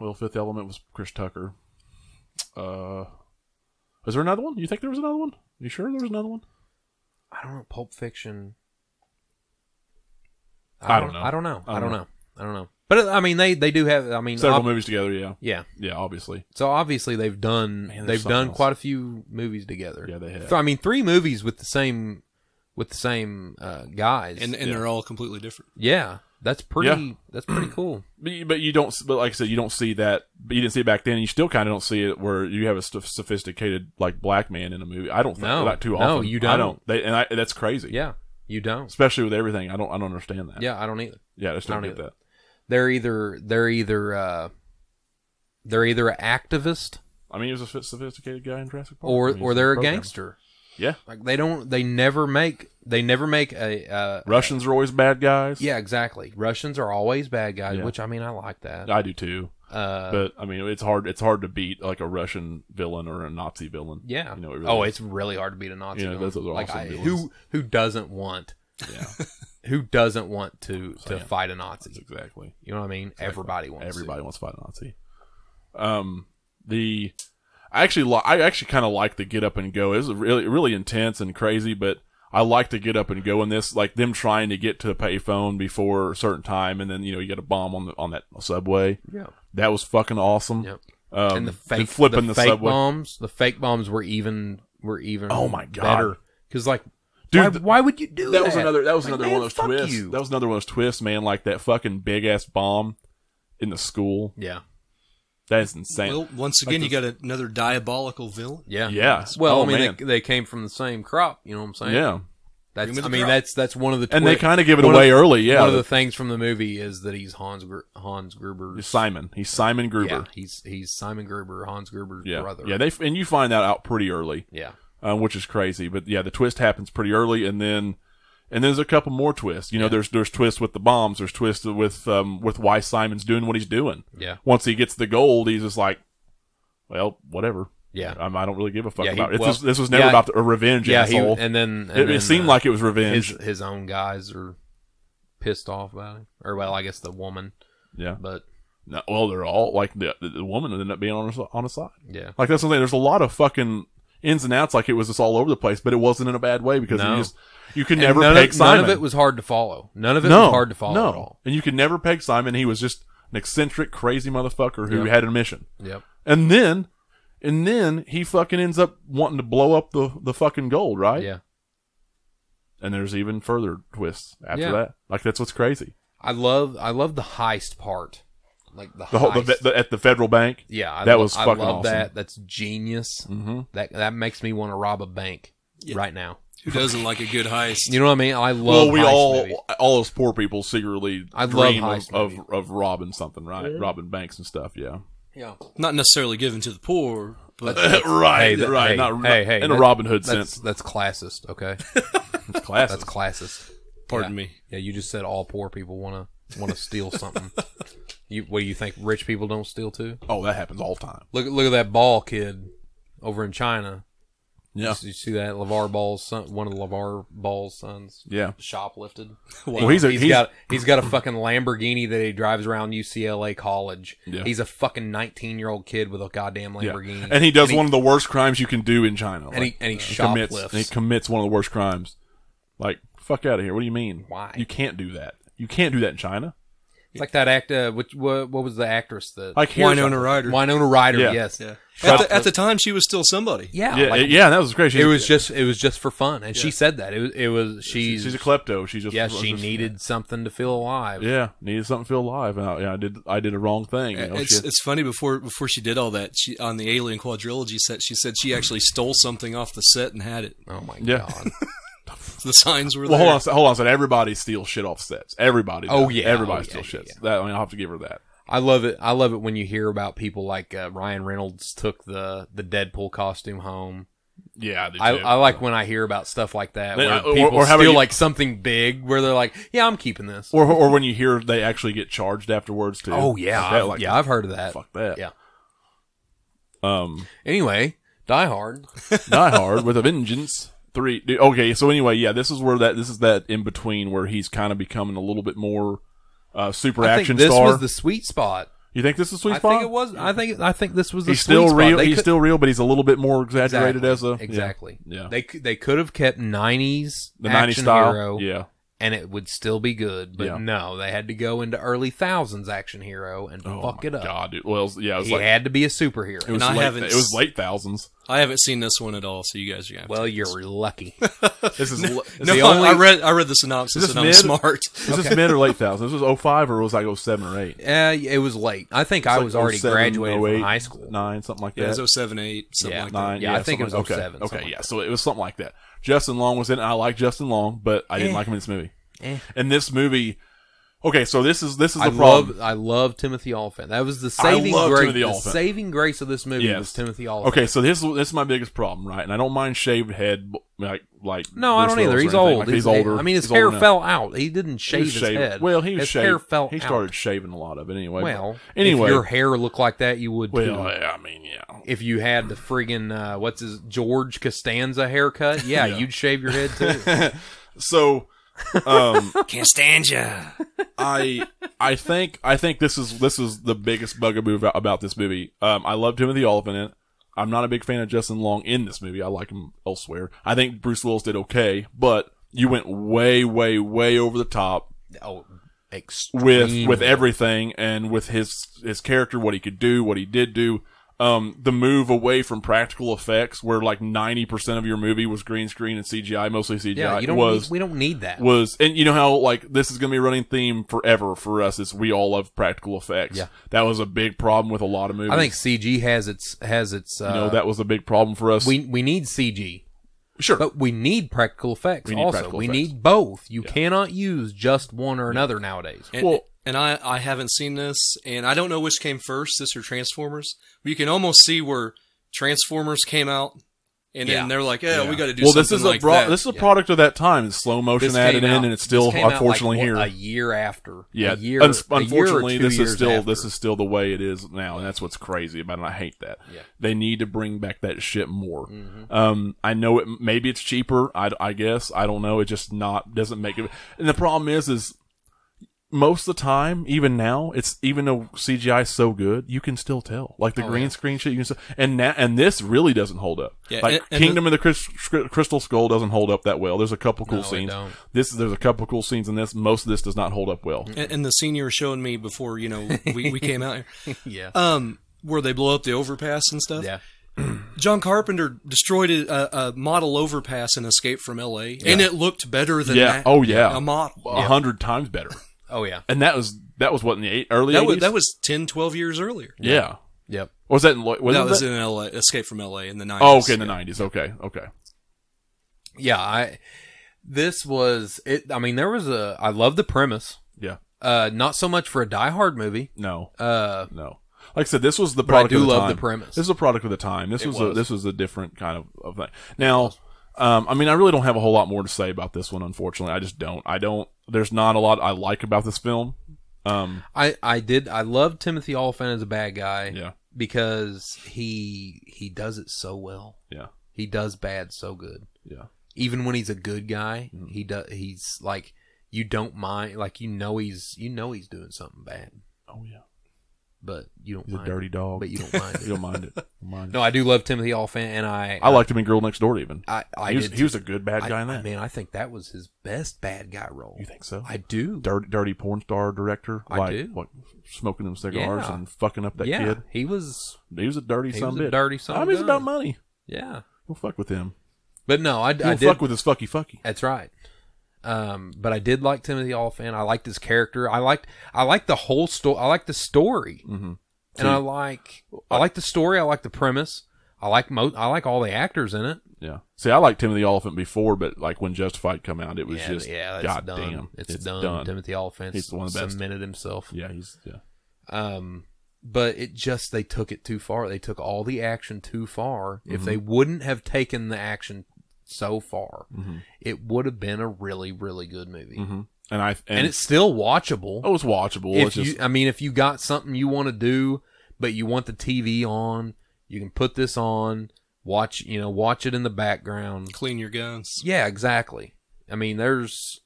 Well, Fifth Element was Chris Tucker. Uh, is there another one? You think there was another one? You sure there was another one?
I don't know. Pulp Fiction.
I don't know.
I don't know. I don't know. I don't know. But uh, I mean, they they do have. I mean,
Several
ob-
movies together. Yeah,
yeah.
yeah. Obviously,
So obviously they've done
Man, there's
they've done
something
quite a few movies together.
Yeah, they have.
So, I mean, three movies with the same with the same uh, guys.
and and
Yeah.
they're all completely different.
yeah, that's pretty. That's pretty cool.
but you, but you don't. But like I said, you don't see that. But you didn't see it back then. and You still kind of don't see it where you have a st- sophisticated like black man in a movie. I don't think
No.
like too
No,
often.
you
I
don't.
don't. They, and I, that's crazy.
Yeah, you don't.
especially with everything. I don't. I don't understand that.
Yeah, I don't either.
yeah. I just
I
don't,
don't
get
either.
that.
They're either they're either uh, they're either an activist
I mean, he was a soph- sophisticated guy in Jurassic Park. I
or
mean,
or
he's
they're a
programmer.
gangster.
Yeah,
Like they don't they never make they never make a uh,
Russians are always bad guys.
yeah exactly. Russians are always bad guys,
Yeah.
which I mean I like that.
I do too.
Uh,
but I mean, it's hard. It's hard to beat like a Russian villain or a Nazi villain.
Yeah.
You know, it really
oh,
is.
it's really hard to beat a Nazi.
Yeah,
villain.
those are
like
awesome
I,
villains.
who who doesn't want <laughs>
yeah,
who doesn't want to to
saying.
fight a Nazi?
exactly.
You know what I mean? Everybody wants.
Everybody wants to fight a Nazi. Um, the I actually li- I actually kind of like the get up and go. It was really really intense and crazy, but I like to get up and go in this. Like them trying to get to a payphone before a certain time, and then you know you get a bomb on the on that subway.
To. Yeah.
That was fucking awesome.
Yep.
Um,
and the
then
fake
flipping the,
fake
subway.
bombs. The fake bombs were even were even.
Oh my God.
Because like,
Dude,
why,
th-
why would you do that?
that was another that was
Like,
another
man,
one of those
fuck
twists.
you.
That was another one of those twists, man. Like that fucking big ass bomb in the school.
yeah.
That is insane.
Well, once again, you got another diabolical villain.
Yeah.
Yeah.
Well,
Oh,
I mean,
man.
they, they came from the same crop. You know what I'm saying?
yeah,
That's.
Cream of
I
the
mean,
crop.
that's that's one of the.
and they
twi-
kind of give it
one
away
of the-
early. Yeah,
One of the things from the movie is that he's Hans Gr- Hans Gruber.
Simon. He's Simon
Yeah,
Gruber.
he's he's Simon Gruber, Hans Gruber's
Yeah,
brother.
yeah. They and you find that out pretty early,
yeah.
uh, which is crazy. But yeah, the twist happens pretty early, and then and there's a couple more twists. You know, there's there's twists with the bombs. There's twists with um with why Simon's doing what he's doing.
Yeah.
Once he gets the gold, he's just like, well, whatever.
Yeah.
I'm, I don't really give a fuck
Yeah, he-
about it.
well,
This, was- this was never
yeah,
about the, a revenge
yeah, he,
asshole.
and then and
it, it
then,
seemed
uh,
like it was revenge.
his his own guys are pissed off about him, or well, I guess the woman,
yeah.
but
No, well, they're all like the, the, the woman ended up being on his, on his side.
yeah,
Like that's something. There's a lot of fucking ins and outs. Like it was just all over the place, but it wasn't in a bad way because
No.
you just you could
And
never
none,
peg
of,
Simon.
none of it was hard to follow. None of it
no
was hard to follow
no.
at all.
and you could never peg Simon. He was just an eccentric, crazy motherfucker who
Yep.
had a mission.
Yep.
And then, and then he fucking ends up wanting to blow up the the fucking gold, right?
Yeah,
And there's even further twists after
Yeah.
that. Like that's what's crazy.
I love I love the heist part, like the,
The whole the,
heist.
the, at the federal bank.
yeah, I
that
lo-
was
I
fucking
love
awesome.
that. That's genius.
Mhm.
That that makes me want to rob a bank right now.
Who doesn't like a good heist?
You know what I mean? I love.
Well, we
heist
all,
movies.
all us poor people secretly
I love
dream
heist
of,
movies.
of, of robbing something, right? Robbing banks and stuff,
<laughs>
yeah.
Yeah.
Not necessarily given to the poor, but
<laughs> right,
that-
right.
Hey,
not,
hey,
not-
hey,
in a
that-
Robin Hood
That's
sense.
that's classist. Okay,
<laughs> It's classic.
that's classist.
pardon me.
Yeah, you just said all poor people want to want to
<laughs>
steal something. You what do you think rich people don't steal too?
oh, that happens all the time.
Look at look at that ball kid over in China.
Yeah.
Did you see that LeVar Ball's son, one of LeVar Ball's sons
Yeah.
<laughs>
shoplifted?
Well, he's a, he's,
he's got he's got a fucking Lamborghini that he drives around UCLA college.
Yeah.
He's a fucking 19-year-old kid with a goddamn
yeah.
Lamborghini.
And he does one of the worst crimes you can do in China.
and he
like,
and he
commits,
shoplifts.
and he commits one of the worst crimes. Like, fuck out of here. What do you mean?
Why?
You can't do that. You can't do that in China.
It's like that act uh, which what, what was the actress that
Like, here's
Winona
a-
Ryder.
Winona Ryder,
Yeah.
yes.
Yeah. At
Shop-
the, at the time, she was still somebody.
Yeah,
Yeah,
like,
yeah, that was great. She's,
it was just it was just for fun and she said that it was it was she's,
she's a klepto. She just
yeah she
just-
needed something to feel alive
Yeah, needed something to feel alive, and I, yeah, I did. I did a wrong thing. You know, Oh,
It's,
shit.
it's funny before before she did all that she on the Alien Quadrilogy set she said she actually stole something off the set and had it. <laughs>
oh my
Yeah.
god
The signs were
<laughs> well,
there.
hold on, a sec- hold on. a second. everybody steals shit off sets. Everybody. does.
Oh, yeah.
everybody
Oh, yeah,
steals
yeah,
shit.
yeah.
That I mean, I will have to give her that.
I love it I love it when you hear about people like uh, Ryan Reynolds took the the Deadpool costume home
Yeah, I, do
I,
too.
I like when I hear about stuff like that
Then,
where
uh, or-
people
or how about
steal
you-
like something big where they're like yeah I'm keeping this
or or when you hear they actually get charged afterwards too.
oh yeah
Like
I've-
that, like,
yeah I've heard of that
fuck that.
yeah <laughs>
Um,
anyway Die Hard
Die Hard with a Vengeance three. dude, Okay, so anyway, yeah, this is where that this is that in between where he's kind of becoming a little bit more uh, super
I think
action
this
star.
was the sweet spot
You think this is a sweet
I
spot?
think it was. I think. I think this was. the
He's
sweet
still
spot.
real.
They
He's
could-
still real, but he's a little bit more exaggerated
exactly,
as a yeah.
exactly.
Yeah,
They c- they could have kept nineties
the '90s style. Yeah,
and it would still be good. But
Yeah.
no, they had to go into early thousands action hero and
oh
fuck
my
it up.
God, dude. Well, it was- yeah, it was
he
like
had to be a
it
superhero.
was
I
late,
haven't
it
s-
was late thousands.
I haven't seen this one at all, so you guys are gonna. Have
Well,
to-
<laughs>
you're lucky.
This is no,
<laughs> no,
the
I-
only.
I read I read the
Is
synopsis
this
and I'm
mid?
smart.
<laughs> is this mid or late thousands? This was 05 or was I go seven or eight? oh
uh, it was late. I think I
It's
was
like
already
07,
graduated
08,
from high school.
nine, something like that.
Yeah, it was 07, 8, something
Yeah.
like that.
nine.
oh Yeah, I think it
something
was
like-
07,
Okay, okay
something
yeah.
like
So it was something like that. Justin Long was in. it. I like Justin Long, but I didn't
Eh.
like him in this movie.
Eh.
And this movie, okay, so this is this is
I
the problem.
love I love Timothy Oliphant. That was the
I
saving
love
grace.
Timothy
The
Olyphant.
saving grace of this movie
Yes.
was Timothy Oliphant.
okay, so this this is my biggest problem, right? And I don't mind shaved head, b- like like
No, I
Bruce
don't either.
Willis or
He's
anything.
old.
Like,
he's,
he's older.
I mean, his
He's
hair
older now.
fell out. He didn't
He
shave
was
his
shaving.
head.
Well, he was
his
shaving.
hair fell
he
out.
started shaving a lot of it anyway. but-
Well,
anyway,
if your hair looked like that, you would too.
well, yeah, I mean, yeah.
If you had the friggin' uh, what's his George Costanza haircut, yeah,
Yeah.
you'd shave your head too.
<laughs> So, um,
Can't stand ya.
<laughs>
I I think I think this is this is the biggest bugaboo about, about this movie. Um, I love Timothy Oliphant in it. I'm not a big fan of Justin Long in this movie. I like him elsewhere. I think Bruce Willis did okay, but you went way, way, way over the top
oh, extreme.
with with everything and with his his character, what he could do, what he did do. Um, the move away from practical effects, where like 90% of your movie was green screen and CGI, mostly CGI,
yeah, you don't.
was
need, we don't need that.
was and you know how like this is going to be a running theme forever for us is we all love practical effects.
Yeah.
That was a big problem with a lot of movies.
I think CG has its has its. Uh,
you know that was a big problem for us.
we we need CG,
sure.
but we need practical effects.
We need
also,
practical
we
effects.
need both. You cannot use just one or another nowadays.
And,
Well-
and I, I haven't seen this, and I don't know which came first, this or Transformers. But you can almost see where Transformers came out, and
Yeah.
then they're like, "Yeah, we got to do
well,
something
this is
like
a bro-
that."
this is a product of that time. It's slow motion
This
added
came
in,
out-
and it's still
this came out, like,
unfortunately
what,
here.
a year after.
yeah,
a year,
uns-
a year or
unfortunately,
two
this is
years
still
after.
this is still the way it is now, and that's what's crazy about it. and I hate that.
Yeah. Mm-hmm.
They need to bring back that shit more. Um, I know it. Maybe it's cheaper. I, I guess I don't know. It just not doesn't make it. And the problem is, is most of the time, even now, it's even though CGI is so good, you can still tell. Like
Oh,
the green screen shit, you can still, and na- and this really doesn't hold up.
Yeah,
like
and- and
Kingdom of the Crys- Cry- Crystal Skull doesn't hold up that well. There's a couple cool
No, it
scenes.
don't.
This there's a couple cool scenes in this. Most of this does not hold up well.
and, and the scene you were showing me before, you know, we,
<laughs>
we came out here,
yeah.
um, where they blow up the overpass and stuff.
yeah.
John Carpenter destroyed a, a model overpass in Escape from L.A., and it looked better than
Yeah.
that.
Oh, yeah.
a model.
a hundred times better.
Oh yeah.
And that was that was what in the eight early
That was
80s?
that was 10, 12 years earlier.
yeah.
Yep.
Or was that in Lo- was
that was
that?
in L.A. Escape from L.A. in the nineties.
Oh, okay, in the nineties. Okay, okay.
Yeah. I. This was it. I mean, there was a. I love the premise.
Yeah.
Uh, not so much for a Die Hard movie.
No,
Uh,
no. Like I said, this was the
I
product.
do
of the
love
time.
the premise.
This is a product of the time. This was, a
was.
this was a different kind of, of thing. Now, um, I mean, I really don't have a whole lot more to say about this one. Unfortunately, I just don't. I don't. There's not a lot I like about this film. Um,
I I did. I love Timothy Oliphant as a bad guy.
yeah,
Because he he does it so well.
yeah,
He does bad so good.
yeah. Mm-hmm.
Even when he's a good guy, he does. He's like you don't mind. Like you know he's you know he's doing something bad,
Oh yeah,
but you don't
he's a
mind.
dirty dog.
But you don't mind.
<laughs> You
it.
don't mind
<laughs>
it. Don't mind it.
No, I do love Timothy Oliphant, and I
I liked him in Girl Next Door. Even
I I
he was,
did
he was a good bad
I-
guy in that.
I mean, I think that was his best bad guy role.
you think so?
I do.
dirty, dirty porn star director,
I
like
do.
what, smoking them cigars
Yeah.
and fucking up that
yeah,
kid.
he was.
He was a dirty
He
son
was
of
a
bitch.
dirty son
I
of
mean, it's about
gun.
money.
Yeah,
Don't fuck with him.
but no, I, I
Don't
did.
fuck with his fucky fucky.
that's right. Um, but I did like Timothy Oliphant. I liked his character. I liked I liked the whole story. I liked the story,
Mhm.
and I like I like the story. I like the premise. I like mo. I like all the actors in it.
Yeah. See, I liked Timothy Oliphant before, but like when Justified come out, it was
yeah,
just
yeah, it's done.
goddamn.
It's, done. Timothy Oliphant
He's the one of the best.
cemented himself.
Yeah, he's yeah.
Um, but it just they took it too far. They took all the action too far.
Mm-hmm.
If they wouldn't have taken the action so far,
Mm-hmm.
it would have been a really really good movie,
hmm And I and,
and it's still watchable.
oh, it's watchable.
if
it's just
you, I mean, if you got something you want to do, but you want the TV on, you can put this on. Watch, you know, watch it in the background.
Clean your guns.
Yeah, exactly. I mean, there's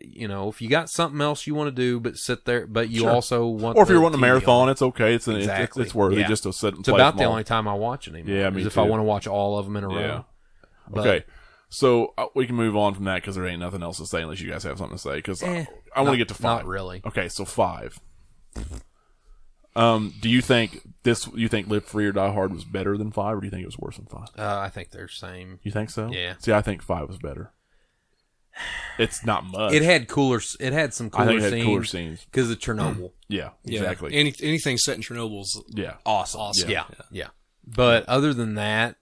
you know, if you got something else you want to do, but sit there, but you
Sure.
also want,
Or if you're
the
running a
TV on.
marathon, it's okay. It's an, it's-
Exactly.
it's, it's worthy
Yeah.
just to sit and
it's
play
about
them
the
all.
only time I watch anymore.
Yeah, me
is if I
too.
want to watch all of them in a row.
Yeah.
But-
okay, so uh, we can move on from that because there ain't nothing else to say unless you guys have something to say. Because
Eh,
I, want
not-
to get to five.
not really.
Okay, so five. Um, do you think this? You think Live Free or Die Hard was better than five, or do you think it was worse than five?
Uh, I think they're same.
You think so?
Yeah.
See, I think five was better. It's not much.
It had cooler. s- It had some
I
cooler
think it had
scenes
cooler scenes.
because of Chernobyl.
Yeah,
Yeah,
exactly.
Any, anything set in Chernobyl's
yeah,
awesome. Awesome.
yeah, yeah, But other than that,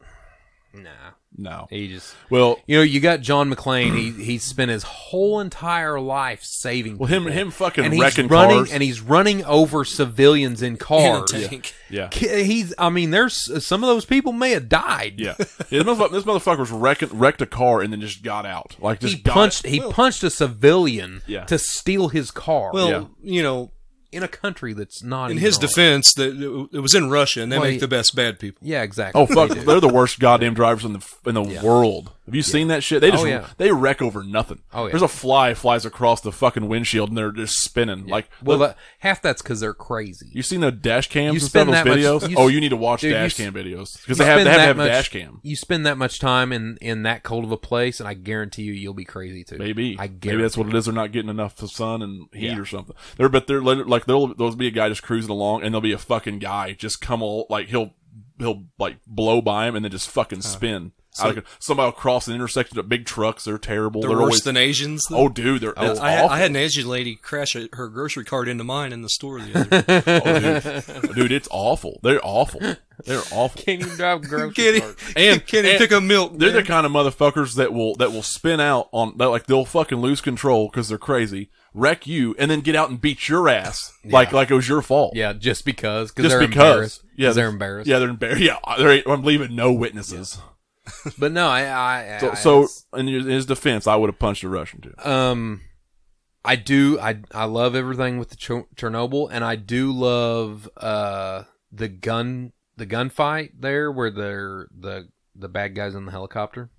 nah.
no.
He just,
Well,
you know, you got John McClane. He he spent his whole entire life saving.
well, him,
people.
him fucking
and he's
wrecking
running
cars.
and he's running over civilians in cars.
In a tank.
yeah,
K- He's, I mean, there's some of those people may have died.
yeah. yeah this, motherfucker, this motherfucker's wrecking, wrecked a car and then just got out. Like just
He
got
punched. He punched a civilian
Yeah.
to steal his car.
Well,
Yeah.
you know,
in a country that's not
in
even
his
on-
defense, that it was in Russia, and they
Well,
make
he-
the best bad
<laughs>
people.
Yeah, exactly.
Oh fuck!
They do.
They're the worst goddamn drivers in the in the world. Have you seen that shit? They just
Oh, yeah.
they wreck over nothing.
Oh, yeah.
There's a fly flies across the fucking windshield and they're just spinning. Like
Well,
well,
that, half that's because they're crazy.
you seen the dash cams and
you
stuff
spend
those
that much-
videos?
you s-
oh, you need to watch
dude, you
dash
s-
cam videos because
You
they have
spend
they have
that
to have
much-
a dash cam.
You spend that much time in in that cold of a place, and I guarantee you, you'll be crazy too.
Maybe
I
maybe
guarantee.
that's what it is. They're not getting enough sun and heat or something. They're but they're lit- like there'll there'll be a guy just cruising along and there'll be a fucking guy just come all like he'll he'll like blow by him and then just fucking spin. Out of, somebody will cross an intersection. of Big trucks. They're terrible.
They're,
They're,
worse
always
than Asians. though.
Oh, dude, they're, it's
I,
awful.
I had an Asian lady crash a, her grocery cart into mine in the store the
<laughs>
other day.
Oh, dude. dude, it's awful. They're
<laughs>
awful. They're awful.
<laughs> Can't
<laughs>
even drive grocery
Kenny,
cart.
and Kenny,
and-
pick up milk.
They're the
man.
kind of motherfuckers that will that will spin out on that like they'll fucking lose control because they're crazy, wreck you, and then get out and beat your ass like like it was your fault.
Yeah, just because. Cause
just
they're
because.
Embarrassed,
Yeah,
'Cause they're embarrassed.
Yeah, they're embarrassed. Yeah, uh, they're, I'm leaving no witnesses.
But no, I. I, I
So, so in his- in his defense, I would have punched a Russian too.
um, I do. I I love everything with the Ch- Chernobyl, and I do love uh the gun the gunfight there where they're the the bad guys in the helicopter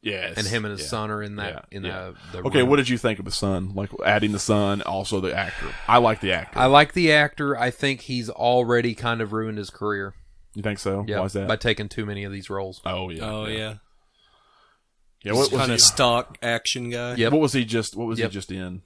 Yes,
and him and his
Yeah.
son are in that
Yeah,
in
yeah.
the, the
Okay,
room.
what did you think of the son? Like adding the son, also the actor. I like the actor.
I like the actor. I think he's already kind of ruined his career.
you think so?
Yeah,
Why is that?
by taking too many of these roles.
oh yeah.
Oh yeah,
Yeah, what was
kind
he?
of stock action guy.
Yep.
What was he just? What was
Yep.
he just in?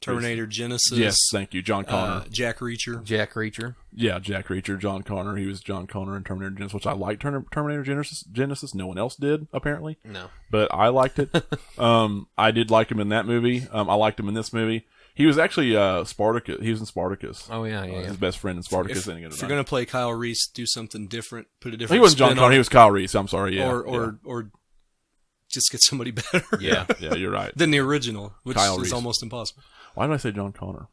Terminator Genesis.
Yes, thank you, John Connor.
uh, Jack Reacher.
Jack Reacher.
yeah, Jack Reacher, John Connor. He was John Connor in Terminator Genesis, which I liked. Turn- Terminator Genesis, Genesis. No one else did apparently,
No.
but I liked it. um, I did like him in that movie. Um, I liked him in this movie. He was actually uh Spartacus. He was in Spartacus.
Oh yeah, yeah.
Uh,
yeah.
his best friend in Spartacus.
If,
and he got
if
a
you're
knife.
gonna play Kyle Reese, do something different. Put a different.
he wasn't John
spin
Connor.
on
He
it,
was Kyle Reese. I'm sorry. Yeah,
or or or just get somebody <laughs> better.
Yeah.
yeah, yeah, you're right.
than the original, which
Kyle
is
Reese.
almost impossible.
Why did I say John Connor?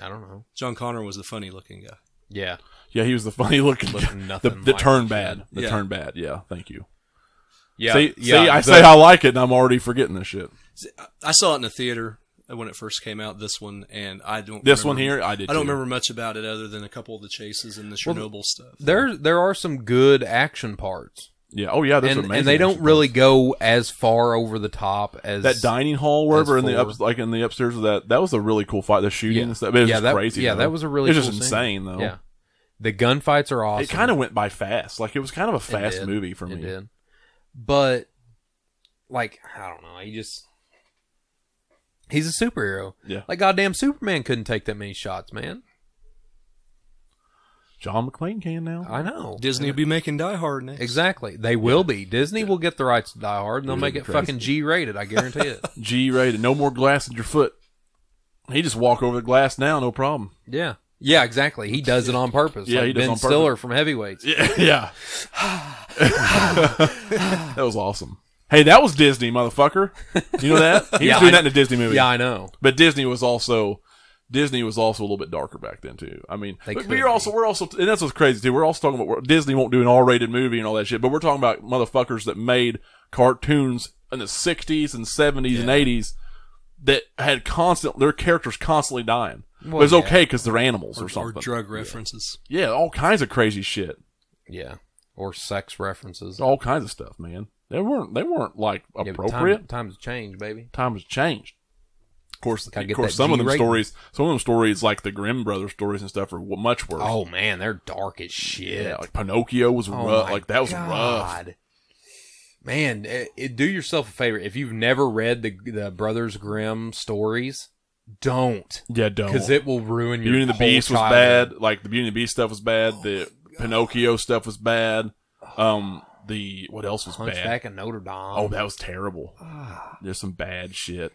I don't know.
John Connor was the funny looking guy.
Yeah.
Yeah, he was the funny looking.
Looking
The,
nothing
the
like
turn
him.
bad. The
Yeah.
turn bad. Yeah, thank you.
Yeah.
see,
yeah,
see, I
the-
say I like it, and I'm already forgetting this shit.
I- I saw it in the theater when it first came out. This one, and I don't.
This
remember-
one here, I did.
I don't
too.
remember much about it other than a couple of the chases and the Chernobyl stuff.
there there are some good action parts.
Yeah. Oh yeah, there's
And,
amazing.
and they don't
action
really go as far over the top as
parts. that dining hall wherever in the
for-
up like in the upstairs of that that was a really cool fight. The shooting
Yeah.
and stuff. It was
Yeah,
just
that-
crazy.
yeah,
though.
that was a really
It was
cool
just
scene.
insane though.
Yeah. The gunfights are awesome.
It kind of went by fast. Like it was kind of a
It
fast
did.
movie for
It
me.
did. But like, I don't know. He just He's a superhero.
Yeah.
Like goddamn Superman couldn't take that many shots, man.
John McClane can now.
I know.
Disney will be making Die Hard next.
Exactly. They will be. Disney will get the rights to Die Hard and they'll
Dude,
make it
it'd be crazy.
fucking G rated, I
<laughs>
guarantee it.
G rated. No more glass in your foot. He just walk over the glass now, no
<laughs>
problem.
yeah. Yeah, exactly. He does it on purpose.
Yeah,
like
he does
Ben
it on purpose.
Stiller from Heavyweights. <sighs>
Yeah. yeah. that was awesome. Hey, that was Disney, motherfucker. You know
<laughs>
that? He
Yeah,
was doing
I-
that in a Disney movie.
Yeah, I know.
But Disney was also Disney was also a little bit darker back then too. I mean,
They
but
could
we're also
be.
we're also and that's what's crazy too. We're also talking about we're- Disney won't do an R-rated movie and all that shit, but we're talking about motherfuckers that made cartoons in the '60s and '70s and '80s that had constant their characters constantly dying.
Well,
but it's
yeah.
okay because they're animals or,
Or
something.
drug references.
yeah, all kinds of crazy shit,
Yeah. Or sex references.
all kinds of stuff, man. They weren't they weren't like
Yeah, but
appropriate.
Time, times change, baby.
Time has changed. course,
Gotta
of
get
course,
that
some of them
G-rating.
stories, some of them stories like the Grimm brother stories and stuff are w- much worse.
Oh man, they're dark as shit.
yeah, like Pinocchio was
Oh,
rough.
my
Like that was rough.
God. Man, it, it- do yourself a favor if you've never read the the Brothers Grimm stories, don't
Yeah, don't.
because it will ruin your.
Beauty and Oh. the
whole Oh
Beast was
childhood.
bad. Like the Beauty and the Beast stuff was bad. the Pinocchio stuff was bad. Um, the what else was bad?
Oh. Hunchback Ah. of Notre Dame.
Oh, that was terrible. There's some bad shit.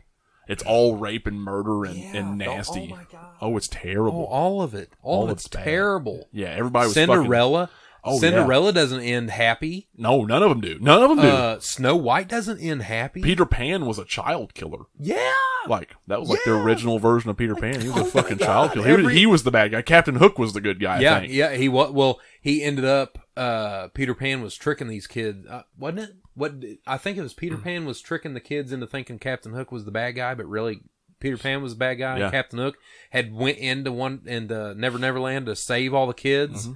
It's all rape and murder and, and nasty. Oh, it's
Oh,
terrible.
all of it. All,
All
of
it's
it's
bad.
terrible.
yeah, everybody was fucking-
Cinderella.
Oh, yeah.
Cinderella doesn't end happy.
no, none of them do. None of them do.
Uh, Snow White doesn't end happy.
Peter Pan was a child killer.
yeah.
Like that was like the original version of Peter Pan. He was a fucking child killer. he,
Oh Every-
was, he was the bad guy. Captain Hook was the good guy. I
yeah,
think.
yeah. He was well. He ended up. Uh, Peter Pan was tricking these kids, uh, wasn't it? What did- I think it was Peter Pan was tricking the kids into thinking Captain Hook was the bad guy, but really Peter Pan was the bad guy.
Yeah.
And Captain Hook had went into one into Never Never Land to save all the kids.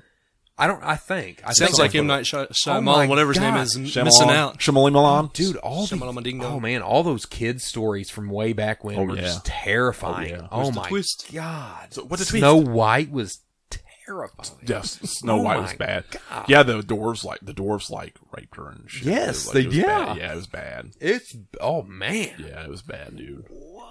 I don't. I think. I
Sounds
think
like M.
him.
Night Shy-
my
Shyamalan, whatever his name
God.
is, m-
Oh Shyamalan-
missing out.
Shyamalan Milan.
<laughs> Dude, all the,
Shyamalan Ding Dong.
oh man, all those kids stories from way back when
Oh,
were
yeah.
just terrifying.
Oh, yeah.
Oh,
Where's the
my
twist?
god,
So, what's the
Snow White was terrifying.
Yes, Snow
Oh
White
my
was bad.
God.
Yeah, the dwarves like the dwarves like raped her and shit.
Yes,
It was,
they-
like, it was
yeah.
bad. yeah, it was bad.
It's oh man,
Yeah, it was bad, dude. Oh.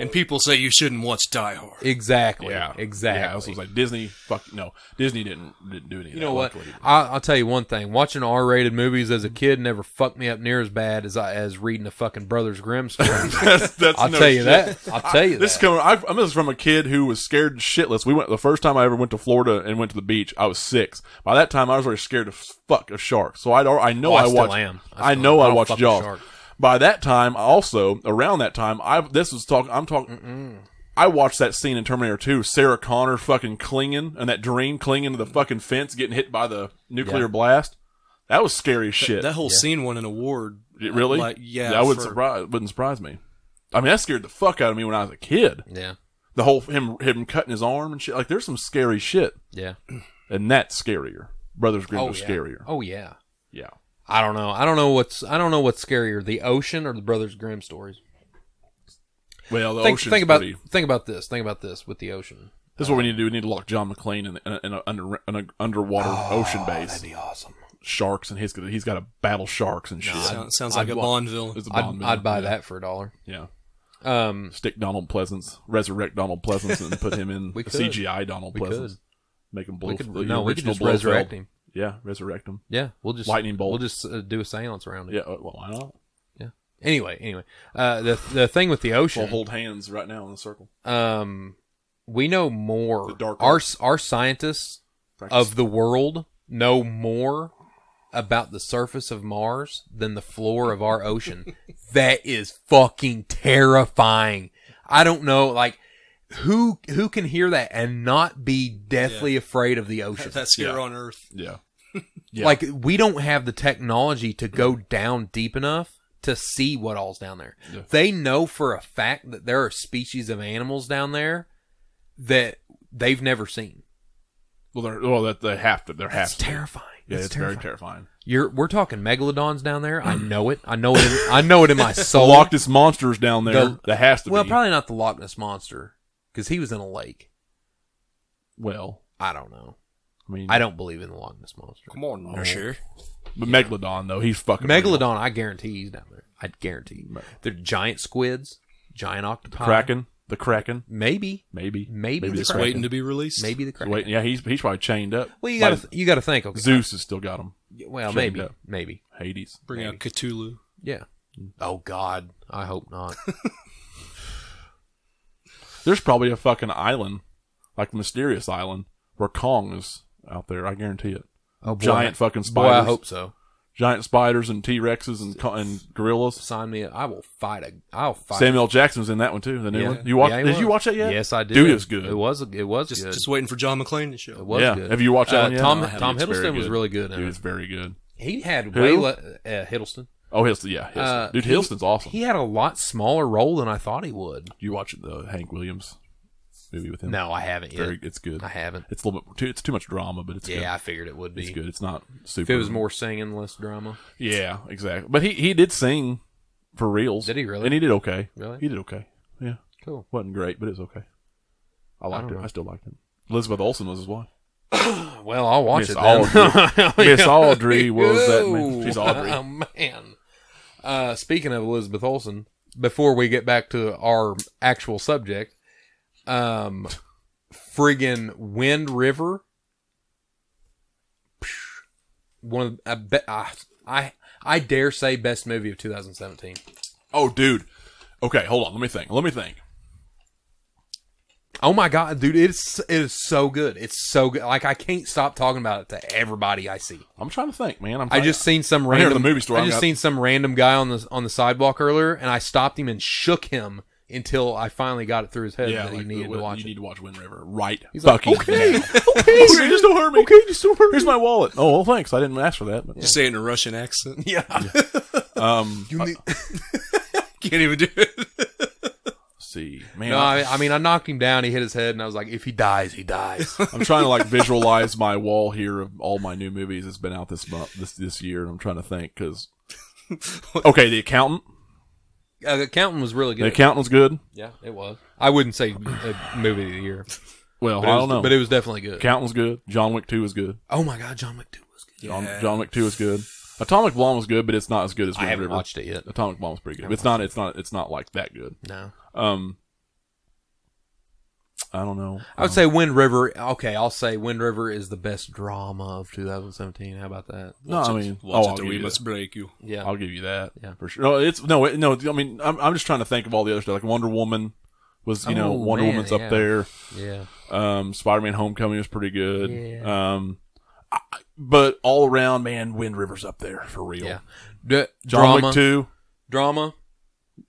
And people say you shouldn't watch Die Hard.
exactly,
Yeah,
exactly.
Yeah, I was, was like Disney. Fuck no, Disney didn't didn't do anything.
you know what? I, I'll tell you one thing: watching R-rated movies as a kid never fucked me up near as bad as I, as reading a fucking Brothers
<laughs>
Grimm story.
<laughs> that's, that's
I'll
no
tell you
shit.
that. I'll tell you
This is
that.
coming. I, I'm this is from a kid who was scared shitless. We went the first time I ever went to Florida and went to the beach. I was six. By that time, I was already scared of fuck of sharks. So I'd, al- I know
Oh, I
I,
still
watched.
am. I
I,
still
know
am. I
I
don't
watched
fuck with
Jaws.
sharks.
By that time, also around that time, I this was talking. I'm talking. I watched that scene in Terminator 2, Sarah Connor fucking clinging and that dream clinging to the fucking fence, getting hit by the nuclear
Yeah.
blast. That was scary as shit.
That whole scene won an award.
It really?
Like, yeah,
I wouldn't
for-
surprise. Wouldn't surprise me. I mean, that scared the fuck out of me when I was a kid.
Yeah,
The whole him him cutting his arm and shit. Like, there's some scary shit,
yeah.
and that's scarier. Brothers Grimm was
yeah.
scarier.
Oh yeah.
Yeah.
I don't know. I don't know what's I don't know what's scarier, the ocean or the Brothers Grimm stories.
Well, the
think,
ocean's
think about
pretty.
think about this. Think about this with the ocean.
This is what we need to do. We need to lock John McClane in, in, a, in a under in a underwater ocean base.
Oh, awesome.
Sharks and he's gonna he's got to battle sharks and shit.
Sounds, sounds like
I'd
a
wa-
Bond villain.
It's a Bond
I'd,
movie.
I'd buy that for a dollar.
Yeah.
Um,
Stick Donald Pleasance, resurrect Donald Pleasance, and put him in
<laughs> We could.
CGI Donald
We
Pleasance.
could.
Make him blow.
we could
the
no, we could
original
just resurrect
Blofeld.
him.
Yeah, resurrect him.
Yeah, we'll just
Lightning bolt.
We'll just uh, do a séance around it.
Yeah, uh, well, why not?
Anyway, anyway, uh, the the thing with the
We'll
ocean,
hold hands right now in a circle.
um, we know more.
The dark
Our
ocean.
our scientists of the world know more about the surface of Mars than the floor of our ocean. that is fucking terrifying. I don't know, like who who can hear that and not be deathly afraid of the ocean?
That's here
Yeah.
on Earth.
Yeah. yeah.
Like we don't have the technology to go down deep enough to see what all's down there.
Yeah.
They know for a fact that there are species of animals down there that they've never seen.
well, they're, well, that they have to. They're
That's
have to.
terrifying.
Yeah,
That's
it's
terrifying.
very terrifying.
You're we're talking megalodons down there.
<clears throat>
I know it. I know it. In, I know it
<laughs>
in my
The
soul.
Loch Ness monsters down there.
The-
that has to
well,
be.
probably not the Loch Ness monster because he was in a lake.
well,
I don't know.
I mean,
I don't believe in the Loch Ness monster.
Come on, Nurser.
But Megalodon though, he's fucking real.
Megalodon, I guarantee he's down there. I guarantee. They're giant squids, giant octopi.
Kraken, the Kraken,
Maybe,
maybe,
Maybe
maybe
the
the
Kraken.
Waiting to be released.
maybe the
Kraken.
kraken.
Wait, yeah, he's he's probably chained up.
Well, you gotta
Like,
you gotta think. Okay,
Zeus has still got him.
well,
Shouldn't
maybe,
go.
maybe,
Hades.
Bring out Cthulhu.
yeah.
Mm.
Oh God, I
<laughs>
hope not.
There's probably a fucking island, like mysterious island, where Kong is out there. I guarantee it.
Oh boy,
Giant fucking
boy,
spiders.
I hope so.
Giant spiders and T Rexes and co- and gorillas.
Sign me. up. I will fight. A, I'll fight.
Samuel Jackson was in that one too. The new
Yeah.
one. You watch?
Yeah, he
did you
was.
watch that yet?
Yes, I did.
Dude, it was good.
It was. It was
Just,
good.
just waiting for John McClane to
it
show.
was
yeah.
good.
Have you watched that
Uh,
one yet?
Tom
No, I haven't.
Tom
It's very
Hiddleston was
good.
really good. In
Dude,
it.
it's very good.
He had
Who?
way le- uh, Hiddleston.
Oh, Hilston, yeah, Hilston.
Uh,
dude,
he-
Hilston's awesome.
He had a lot smaller role than I thought he would.
you watch the Hank Williams movie with him?
No, I haven't yet.
very, it's good.
I haven't.
It's a little bit too. It's too much drama, but it's
Yeah,
good.
I figured it would be.
It's good. It's not
If
super.
it was more singing, less drama.
yeah, exactly. But he he did sing for reals.
Did he really?
And he did okay.
Really?
He did okay. yeah,
Cool.
wasn't great, but it's okay. I liked
don't
it.
know.
I still liked it. Elizabeth Olsen was his
<laughs>
wife.
Well, I'll watch
Miss
it. then. <laughs>
Audrey. Miss Audrey was that
Ooh.
man. She's
<laughs>
Audrey.
Oh man. Uh, speaking of Elizabeth Olsen, before we get back to our actual subject, um, friggin' Wind River. Psh. One of I bet I, I I dare say best movie of 2017.
Oh, dude. Okay, hold on. Let me think. Let me think.
Oh my god, dude, it's it is so good. It's so good. Like I can't stop talking about it to everybody I see.
I'm trying to think, man. I'm
I
trying-
just seen some
I hear
random
the movie store,
I
I've
just
got-
seen some random guy on the on the sidewalk earlier, and I stopped him and shook him until I finally got it through his head
yeah.
that
like,
he needed
you
to watch
need
it.
to watch Wind River right
He's like,
fucking
okay,
now.
<laughs> okay,
Okay, just don't hurt me.
okay, just don't hurt
Here's
me.
my wallet. Oh, well, thanks. I didn't ask for that. But,
Just say it in a Russian accent.
Yeah,
Um,
You
<laughs>
need-
Can't even do it.
let's see, man.
<laughs> no,
I,
I, I mean I knocked him down. He hit his head, and I was like, if he dies,
<laughs>
he dies.
am trying to like visualize my wall here of all my new movies that's been out this month, this this year, and I'm trying to think
<laughs>
because. Okay, the accountant.
uh, the accountant was really
The
good.
accountant was good.
yeah, it was. I wouldn't say a movie of the year,
Well,
but
I
it was,
don't know.
but it was definitely good.
accountant was good. John Wick Two was good.
oh my god, John McDoo was good.
John, John Wick Two is good. Atomic Blonde was good, but it's not as good as
I
Wind
haven't
River.
watched it yet.
Atomic Blonde was pretty good. It's not. It's not. It's not like that good.
No,
Um, I don't know.
I would say Wind River. Okay, I'll say Wind River is the best drama of 2017. How about that?
No, <laughs> I mean,
watch
oh, I'll
it or
give
we
you
must
that.
break you.
Yeah,
I'll give you that.
Yeah.
for sure. No, it's no, it, no. I mean, I'm, I'm just trying to think of all the other stuff. Like Wonder Woman was, you know,
Oh,
Wonder
man,
Woman's
yeah.
up there.
yeah.
Um, Spider-Man: Homecoming was pretty good.
Yeah.
Um, I, but all around, man, Wind River's up there for real.
Yeah. D-
John
drama,
Wick Two,
drama,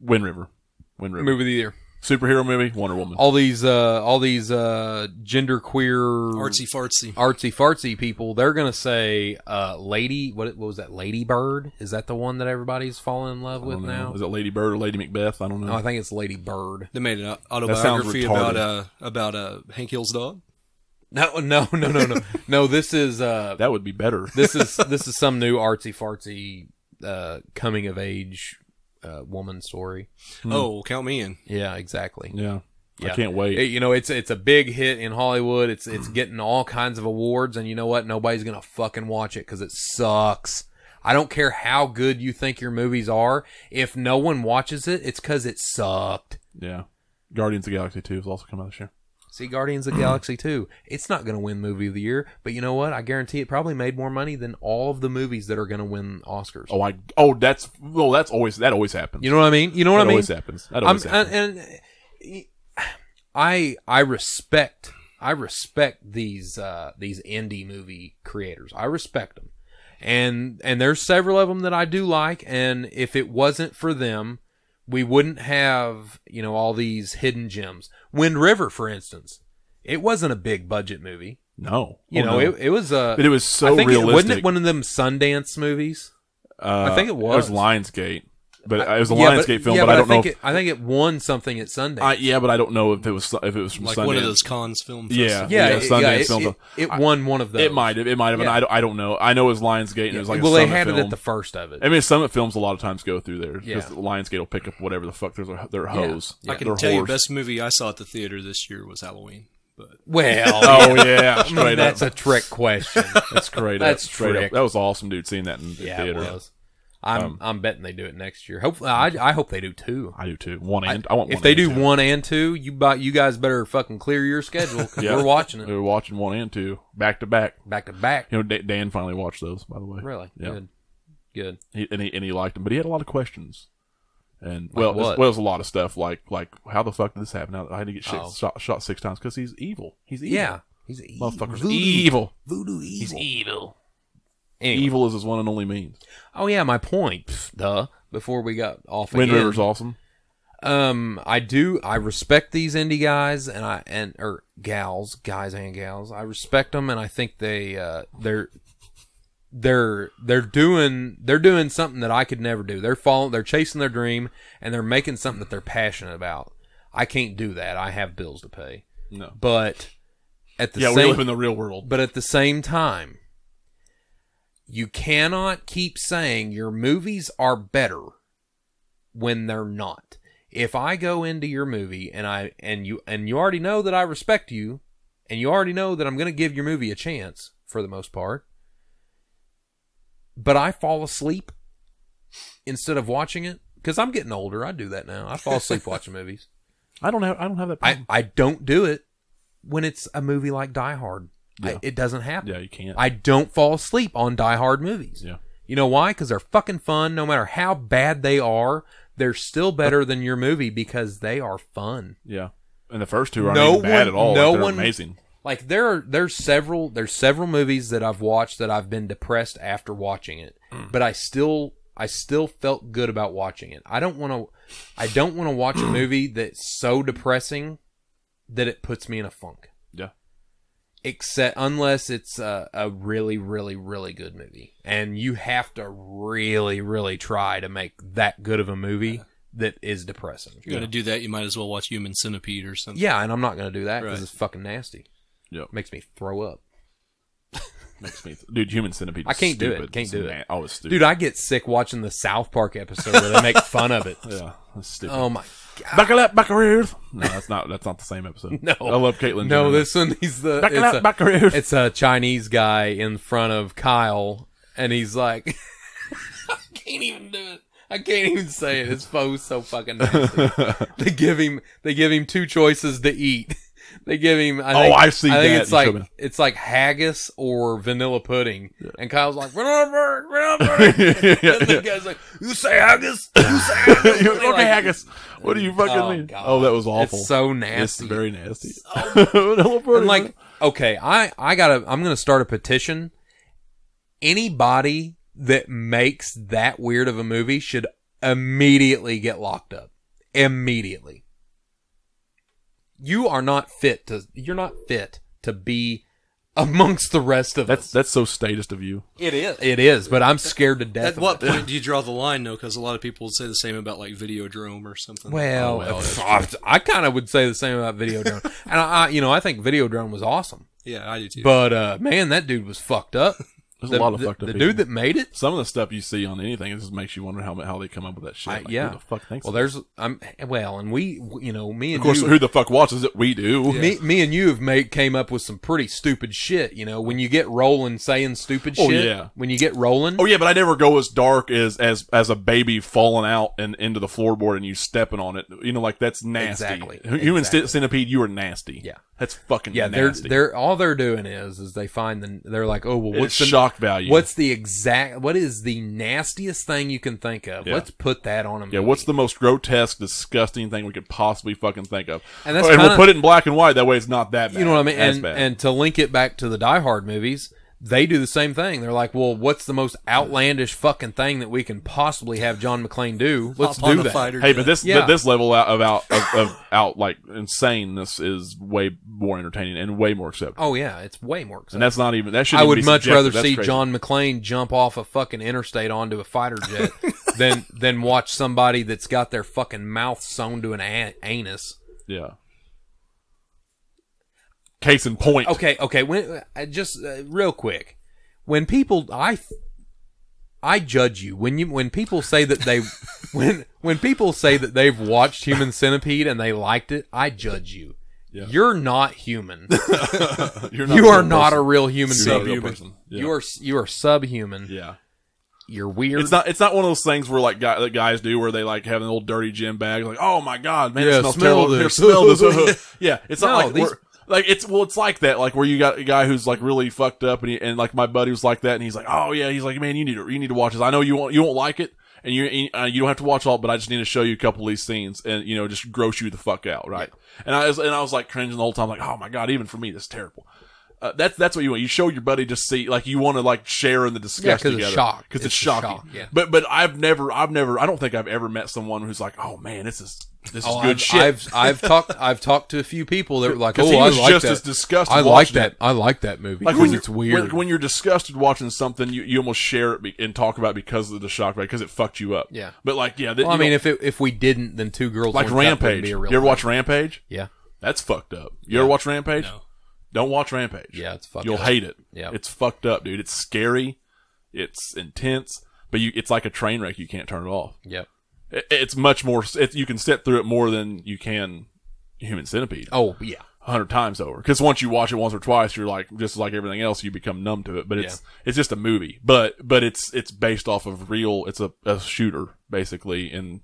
Wind River, Wind River,
movie of the year.
superhero movie, Wonder Woman.
All these, uh, all these uh, gender queer
Artsy fartsy.
artsy fartsy people. They're gonna say, uh, "Lady, what, what was that? Lady Bird? Is that the one that everybody's falling in love
I
with
don't know.
now?
Is it Lady Bird or Lady Macbeth? I don't know.
No, I think it's Lady Bird.
They made an
sounds
autobiography about uh,
retarded.
about uh, Hank Hill's dog.
No, no, no,
<laughs>
no, no, no. This is uh,
that would be
<laughs>
better.
this is this is some new artsy fartsy uh, coming of age uh, woman story.
Hmm.
Oh, well, count me in.
Yeah, exactly.
yeah.
Yeah.
I can't wait.
It- you know, it's it's a big hit in Hollywood. It's it's getting all kinds of awards, and you know what? Nobody's gonna fucking watch it because it sucks. I don't care how good you think your movies are. If no one watches it, it's because it sucked.
Yeah. Guardians of the Galaxy 2 has also come out this year.
See, Guardians of the Galaxy 2, it's not going to win Movie of the Year, but you know what? I guarantee it probably made more money than all of the movies that are going to win Oscars.
Oh, I oh that's oh that's always that always happens.
You know what I mean? You know
that
what I mean?
always happens. That always
I'm- uh,
happens.
and, and I I respect I respect these uh, these indie movie creators. I respect them, and and there's several of them that I do like. And if it wasn't for them, we wouldn't have you know all these hidden gems. Wind River, for instance, it wasn't a big budget movie.
no,
You
Oh,
know,
no.
it, it was a.
but it was so
I think it,
realistic.
wasn't it one of them Sundance movies?
Uh,
I think it was.
It was Lionsgate, but it was a
Yeah,
Lionsgate film.
yeah,
but, I don't
think
know. If,
it, I think it won something at Sundance.
I, yeah, but I don't know if it was if it was from
Like
Sundance.
one of those cons film.
Yeah.
festivals.
yeah,
Yeah,
it,
Sundance
yeah, it,
Film
it- it
I-
won one of those.
It might have. It might have. And
uh, Yeah.
I don't, I don't know. I know it was Lionsgate, and it was like
well,
a
they
Summit
had it
film.
at the first of it.
I mean, Summit films a lot of times go through there.
Yeah.
Just Lionsgate will pick up whatever the fuck their their hose.
I can
their
tell you,
horse.
best movie I saw at the theater this year was Halloween. But
well,
<laughs>
<laughs>
Oh yeah,
I mean,
straight
that's
up.
a trick question.
<laughs> That's great.
That's
up, straight
trick.
up. That was awesome, dude. Seeing that in the
yeah, it
theater. Um,
was. I'm I'm betting they do it next year. Hopefully, I, I hope they do two.
I do too. One and I, want.
If
one
they
and
do
two.
one and two, you buy, you guys better fucking clear your schedule
<laughs>
'cause
Yeah.
we're watching it
we were watching one and two back to back.
back to back.
You know, Da- Dan finally watched those. By the way,
Really
Yeah.
good, good.
He, and he and he liked them, but he had a lot of questions. And well,
Like
well,
what?
it was a lot of stuff like like how the fuck did this happen? How- I had to get shit,
Oh.
shot shot six times because he's evil. He's evil.
Yeah, he's evil.
motherfucker's
Voodoo.
evil.
Voodoo evil.
He's evil.
Anyway.
Evil is his one and only means.
Oh yeah, my point. Pfft, duh. Before we got off
Wind
again.
River's awesome.
Um, I do. I respect these indie guys and I and or gals, guys and gals. I respect them, and I think they uh, they're they're they're doing they're doing something that I could never do. They're following, they're chasing their dream, and they're making something that they're passionate about. I can't do that. I have bills to pay.
No.
But at the
Yeah, we
same,
live in the real world.
but at the same time, you cannot keep saying your movies are better when they're not. If I go into your movie and I and you and you already know that I respect you, and you already know that I'm going to give your movie a chance for the most part, but I fall asleep instead of watching it because I'm getting older. I do that now. I fall
<laughs>
asleep watching movies.
I don't have I don't have that
I,
problem.
I don't do it when it's a movie like Die Hard. I-
Yeah.
it doesn't happen.
yeah, you can't.
I don't fall asleep on Die Hard movies.
yeah.
You know why? Because they're fucking fun. No matter how bad they are, they're still better than your movie because they are fun.
Yeah. And the first two aren't
No
even bad
one-
at all.
no
No they're
one-
amazing.
Like there are there's several there's several movies that I've watched that I've been depressed after watching it,
Mm.
but I still I still felt good about watching it. I don't want to I don't want to watch
<clears throat>
a movie that's so depressing that it puts me in a funk.
Yeah.
Except unless it's a, a really really really good movie, and you have to really really try to make that good of a movie that is depressing.
You're gonna do that. You might as well watch Human Centipede or something.
Yeah, and I'm not gonna do that because
Right.
it's fucking nasty. <laughs>
Yep.
Makes me throw up.
Makes me dude, human centipede.
I can't
is
do it.
stupid.
Can't
It's
do it.
na- Oh, it's stupid.
Dude, I get sick watching the South Park episode where they make fun of it.
yeah, that's stupid.
Oh my god.
Buckle up, buckaroos. No, that's not. That's not the same episode.
<laughs> No.
I love Caitlyn.
No,
Jenner.
this one he's the
Buckle up,
it's
buckaroos.
a, it's a Chinese guy in front of Kyle and he's like <laughs> I can't even do it. I can't even say it. His phone's so
<laughs>
fucking nasty. <laughs> they give him they give him two choices to eat. <laughs> They give him I
Oh,
think,
I've seen
I think
that.
it's
You showed
like
me.
it's like haggis or vanilla pudding. And Kyle's like, "Vanilla pudding."
yeah,
And the
<laughs> yeah.
guy's like, "You
<laughs>
say haggis? You say haggis?"
You're- okay,
Like,
haggis. What do you fucking
Oh,
mean?
God.
Oh, that was awful.
It's so
It's
nasty.
very nasty. <laughs> Vanilla pudding.
and like, okay, I I gotta I'm gonna start a petition. Anybody that makes that weird of a movie should immediately get locked up. Immediately. You are not fit to. You're not fit to be amongst the rest of
that's
us.
that's so statist of you.
It is. It is, but I'm scared to death.
At
of
what
it. <laughs>
point do you draw the line, though? Because a lot of people would say the same about like Videodrome or something.
Oh,
Oh, Well, <laughs> I, kind of would say the same about Videodrome, <laughs> and I, I, you know, I think Videodrome was awesome.
yeah, I do too.
But uh, man, that dude was fucked up.
There's
the,
a lot of
the-
fucked up.
The
people.
dude that made it.
some of the stuff you see on anything, it just makes you wonder how how they come up with that shit.
I-
Like,
yeah.
Who the fuck thinks?
Well,
Well,
there's I'm well, and we you know me and
of course,
you,
who the fuck watches it? We do.
me me and you have made came up with some pretty stupid shit. You know, when you get rolling saying stupid
Oh,
shit,
yeah.
when you get rolling,
Oh yeah, but I never go as dark as as as a baby falling out and into the floorboard and you stepping on it. You know, like that's nasty.
Exactly.
Hu- Human
Exactly.
cent- centipede, you are nasty.
Yeah.
that's fucking
yeah, they're
Nasty.
they're all they're doing is is they find the they're like, oh well,
What's
what's the
shock value?
What's the exact? What is the nastiest thing you can think of?
Yeah.
Let's put that on them.
yeah? What's the most grotesque, disgusting thing we could possibly fucking think of?
And that's
Oh, we'll
kinda-
put it in black and white. That way, it's not that. bad.
you know what I mean?
As
And
bad.
and to link it back to the Die Hard movies, they do the same thing. They're like, well, what's the most outlandish fucking thing that we can possibly have John McClane do? Let's
Hop on
do
the
that.
fighter
hey,
jet.
but this
Yeah.
but this level out of out of, of out like insaneness is way more entertaining and way more acceptable.
Oh yeah, it's way more.
And
Exciting.
that's not even that should.
I would much rather see
crazy.
John McClane jump off a fucking interstate onto a fighter
<laughs>
jet than than watch somebody that's got their fucking mouth sewn to an a- anus.
Yeah. Case in point.
okay okay when uh, just uh, real quick when people i i judge you when you when people say that they <laughs> when when people say that they've watched human centipede and they liked it i judge you
Yeah.
you're not
<laughs>
human
<laughs> You're
you
a
are
real
not a
person.
real human
You're not a
being
real person. Yeah.
you are s- you are subhuman
yeah.
you're weird
It's not. It's not one of those things where like guy, that guys do where they like have an old dirty gym bag. Like, oh my god, man,
Yeah,
it smells
smell
terrible.
this.
Here, smell
<laughs>
this. <laughs> yeah, it's not
No,
like
these-
we're- like it's well, it's like that. Like where you got a guy who's like really fucked up, and he, and like my buddy was like that, and he's like, oh yeah, he's like, man, you need to you need to watch this. I know you won't you won't like it. And you uh, you don't have to watch all, but I just need to show you a couple of these scenes, and you know, just gross you the fuck out, right? And I was and I was like cringing the whole time, like, oh my god, even for me, this is terrible. Uh, that's that's what you want. You show your buddy just see, like you want to like share in the discussion
'cause it's
together
shock.
because it's,
It's the
shocking.
shock, yeah.
But but I've never I've never I don't think I've ever met someone who's like, oh man, this is this is
Oh,
good
I've,
shit.
I've I've talked I've talked to a few people that were like,
'Cause
"Oh,
he was
I like
just
that.
as disgusted
I like
watching
that.
it.
I like that movie
like
because
when you're,
it's weird."
When, when you're disgusted watching something, you, you almost share it be, and talk about it because of the shock right? because it fucked you up.
Yeah.
But like yeah, that,
well, I
you
mean,
know,
if it, if we didn't, then two girls
like
One Cup wouldn't
Rampage,
Be
you
a real
ever
thing.
watch Rampage?
Yeah.
That's fucked up. You ever watch Rampage?
No.
Don't watch Rampage.
Yeah, it's fucked
You'll
up.
hate it.
Yeah.
It's fucked up, dude. It's scary. It's intense. But you, it's like a train wreck. You can't turn it off.
Yep.
It, it's much more. It, you can sit through it more than you can Human Centipede.
Oh yeah,
hundred times over. Because once you watch it once or twice, you're like just like everything else, you become numb to it. But it's it's just a movie. But but it's it's based off of real. It's a, a shooter basically, and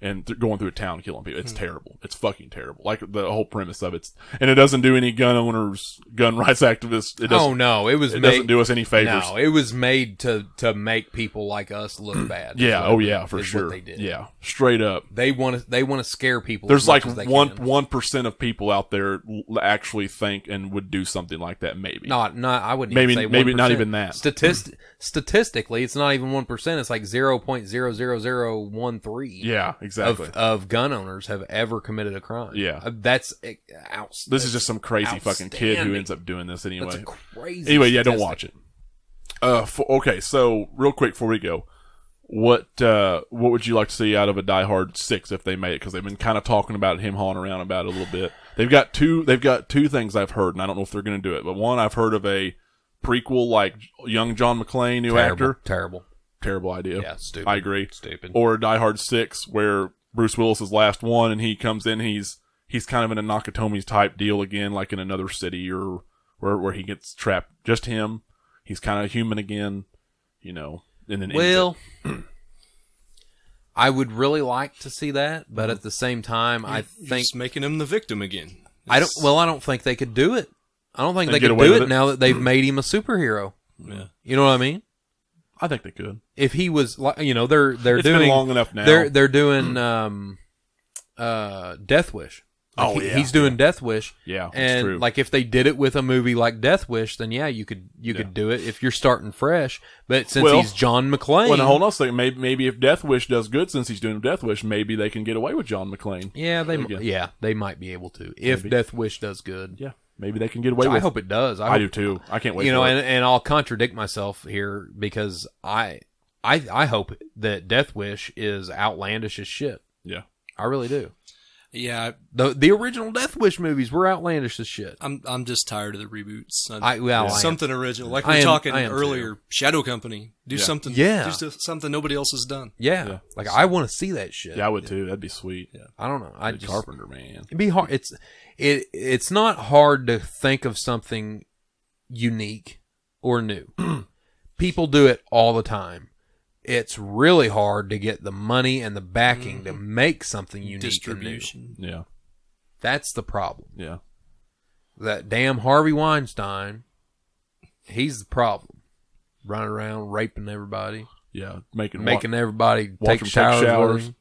and th- going through a town killing people. It's
Hmm.
terrible. It's fucking terrible. Like the whole premise of it's and it doesn't do any gun owners, gun <laughs> rights activists. It doesn't.
oh no, it was
it
made,
doesn't do us any favors.
no, it was made to to make people like us
<clears throat>
look bad.
Yeah.
is what-
Oh yeah. For
is
sure.
What they did.
Yeah. Straight up.
They want to. They want to scare people.
There's
as much
like
as they
one
can.
one percent of people out there l- actually think and would do something like that. Maybe.
Not, not. I wouldn't.
Maybe-
even say
maybe not
1%.
even that.
Statist- statistically, it's not even one percent. It's like zero point zero zero zero one three.
Yeah. Exactly.
Of, of gun owners have ever committed a crime.
Yeah.
Uh, that's eh, outs.
this is just some crazy fucking kid who
outstanding.
ends up doing this
that's
anyway.
a crazy.
Anyway, yeah, don't
statistic.
watch it. Uh, for, okay, so real quick before we go, what uh, what would you like to see out of a Die Hard six if they made it? Because they've been kind of talking about it, him hawing around about it a little bit. They've got two. They've got two things I've heard, and I don't know if they're going to do it. But one, I've heard of a prequel, like young John McClane, new
Terrible,
actor.
Terrible.
Terrible idea.
Yeah, stupid.
I agree.
Stupid.
Or Die Hard Six, where Bruce Willis is last one, and he comes in. He's he's kind of in a Nakatomi type deal again, like in another city or where where he gets trapped. Just him. He's kind of human again, you know. And then ends
Well,
up-
I would really like to see that, but at the same time, I think
Just making him the victim again.
I don't. Well, I don't think they could do it. I don't think
And
they
get
could
away
do
with
it,
it?
now that they've made him a superhero.
Yeah.
You know what I mean?
I think they could.
If he was, like, you know, they're they're
It's
doing
been long enough now. Mm-hmm.
They're they're doing um, uh, Death Wish. Like,
Oh,
he-
yeah.
he's doing Death Wish.
Yeah, that's
and
true.
like if they did it with a movie like Death Wish, then yeah, you could you could do it if you're starting fresh. But since
Well-
he's John McClane,
Well, now, hold on a second. Maybe, maybe if Death Wish does good, since he's doing Death Wish, maybe they can get away with John McClane.
yeah, they m-
go.
yeah they might be able to if Death Wish does good.
Yeah, maybe they can get away
I
with.
hope it does. I,
I
hope-
do too. I can't wait.
you
for
know,
it.
and, and I'll contradict myself here because I, I, I hope that Death Wish is outlandish as shit.
yeah,
I really do.
Yeah, I-
The the original Death Wish movies were outlandish as shit.
I'm I'm just tired of the reboots.
I well, I am.
something original, like
I
we were
am-
talking
I am
earlier. Shadow Company, do something.
Yeah.
do so- something nobody else has done.
yeah,
Yeah.
like I want to see that shit.
yeah, I would too. That'd be sweet. Yeah,
I don't know. I just
Carpenter man.
it'd be hard. It's it it's not hard to think of something unique
<clears throat>
or new. People do it all the time. It's really hard to get the money and the backing to
Mm-hmm.
make something unique and new.
Distribution.
Yeah,
That's the problem.
yeah.
That damn Harvey Weinstein, he's the problem. Running around raping everybody,
Yeah, making
making everybody
watch
take
them
showers.
take showers,
with him.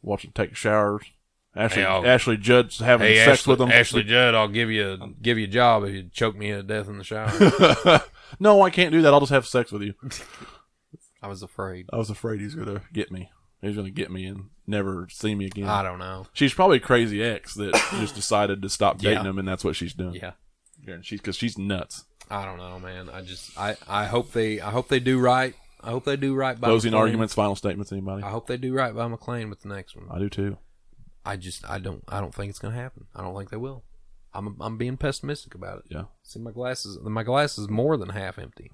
watch them take showers. Ashley,
Hey, I'll-
Ashley Judd's having
Hey,
sex
Ashley,
with them.
Ashley Judd, I'll give you a, give you a job if you choke me to death in
<laughs>
the shower.
no, I can't do that. I'll just have sex with you.
I was afraid.
I was afraid he's gonna get me. He's gonna get me and never see me again.
I don't know.
She's probably a crazy ex
<coughs>
that just decided to stop dating
Yeah.
him, and that's what she's doing.
Yeah,
Yeah, and she's because she's nuts.
I don't know, man. I just I I hope they I hope they do right. I hope they do right by
Closing
McClane.
arguments, final statements. Anybody?
I
I,
hope they do right by McLean with the next one.
do too.
I just I don't I don't think it's gonna happen. I don't think they will. I'm I'm being pessimistic about it.
Yeah,
See my glasses. My glass is more than half empty.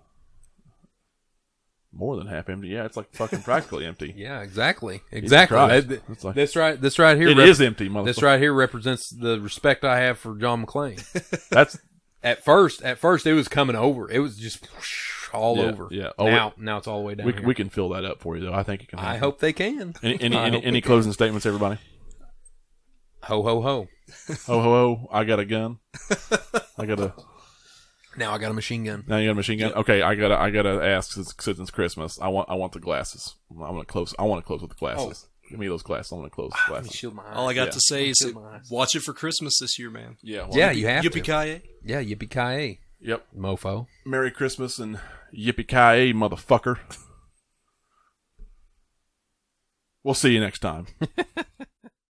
more than half empty. Yeah, it's like fucking practically empty.
<laughs> Yeah, exactly, exactly.
Christ.
That-
That's like-
this right, this right here.
It
rep-
is empty, motherfucker.
This right here represents the respect I have for John
<laughs>
McClane.
That's
at first, at first, it was coming over. It was just all
Yeah,
over.
yeah. Oh,
now, now it's all the way down.
we,
here.
we can fill that up for you though. I think it can.
I
happen.
hope they can.
Any any
I
any,
hope we
any closing statements, everybody?
Ho ho ho!
Ho ho ho! Oh, I got a gun. I got a
Now I got a machine gun.
now you got a machine gun. Okay, I gotta I gotta ask since, since it's Christmas. I want I want the glasses. I'm gonna close. I want to close with the glasses. Give me those glasses. I want to close the glasses.
Shield my eyes.
All I got
Yeah.
to say is
Good minds.
watch it for Christmas this year, man.
Yeah. well,
yeah, you have
Yippee
to.
ki
Yeah, yippee ki
Yep.
mofo.
Merry Christmas and yippee ki motherfucker. We'll see you next time.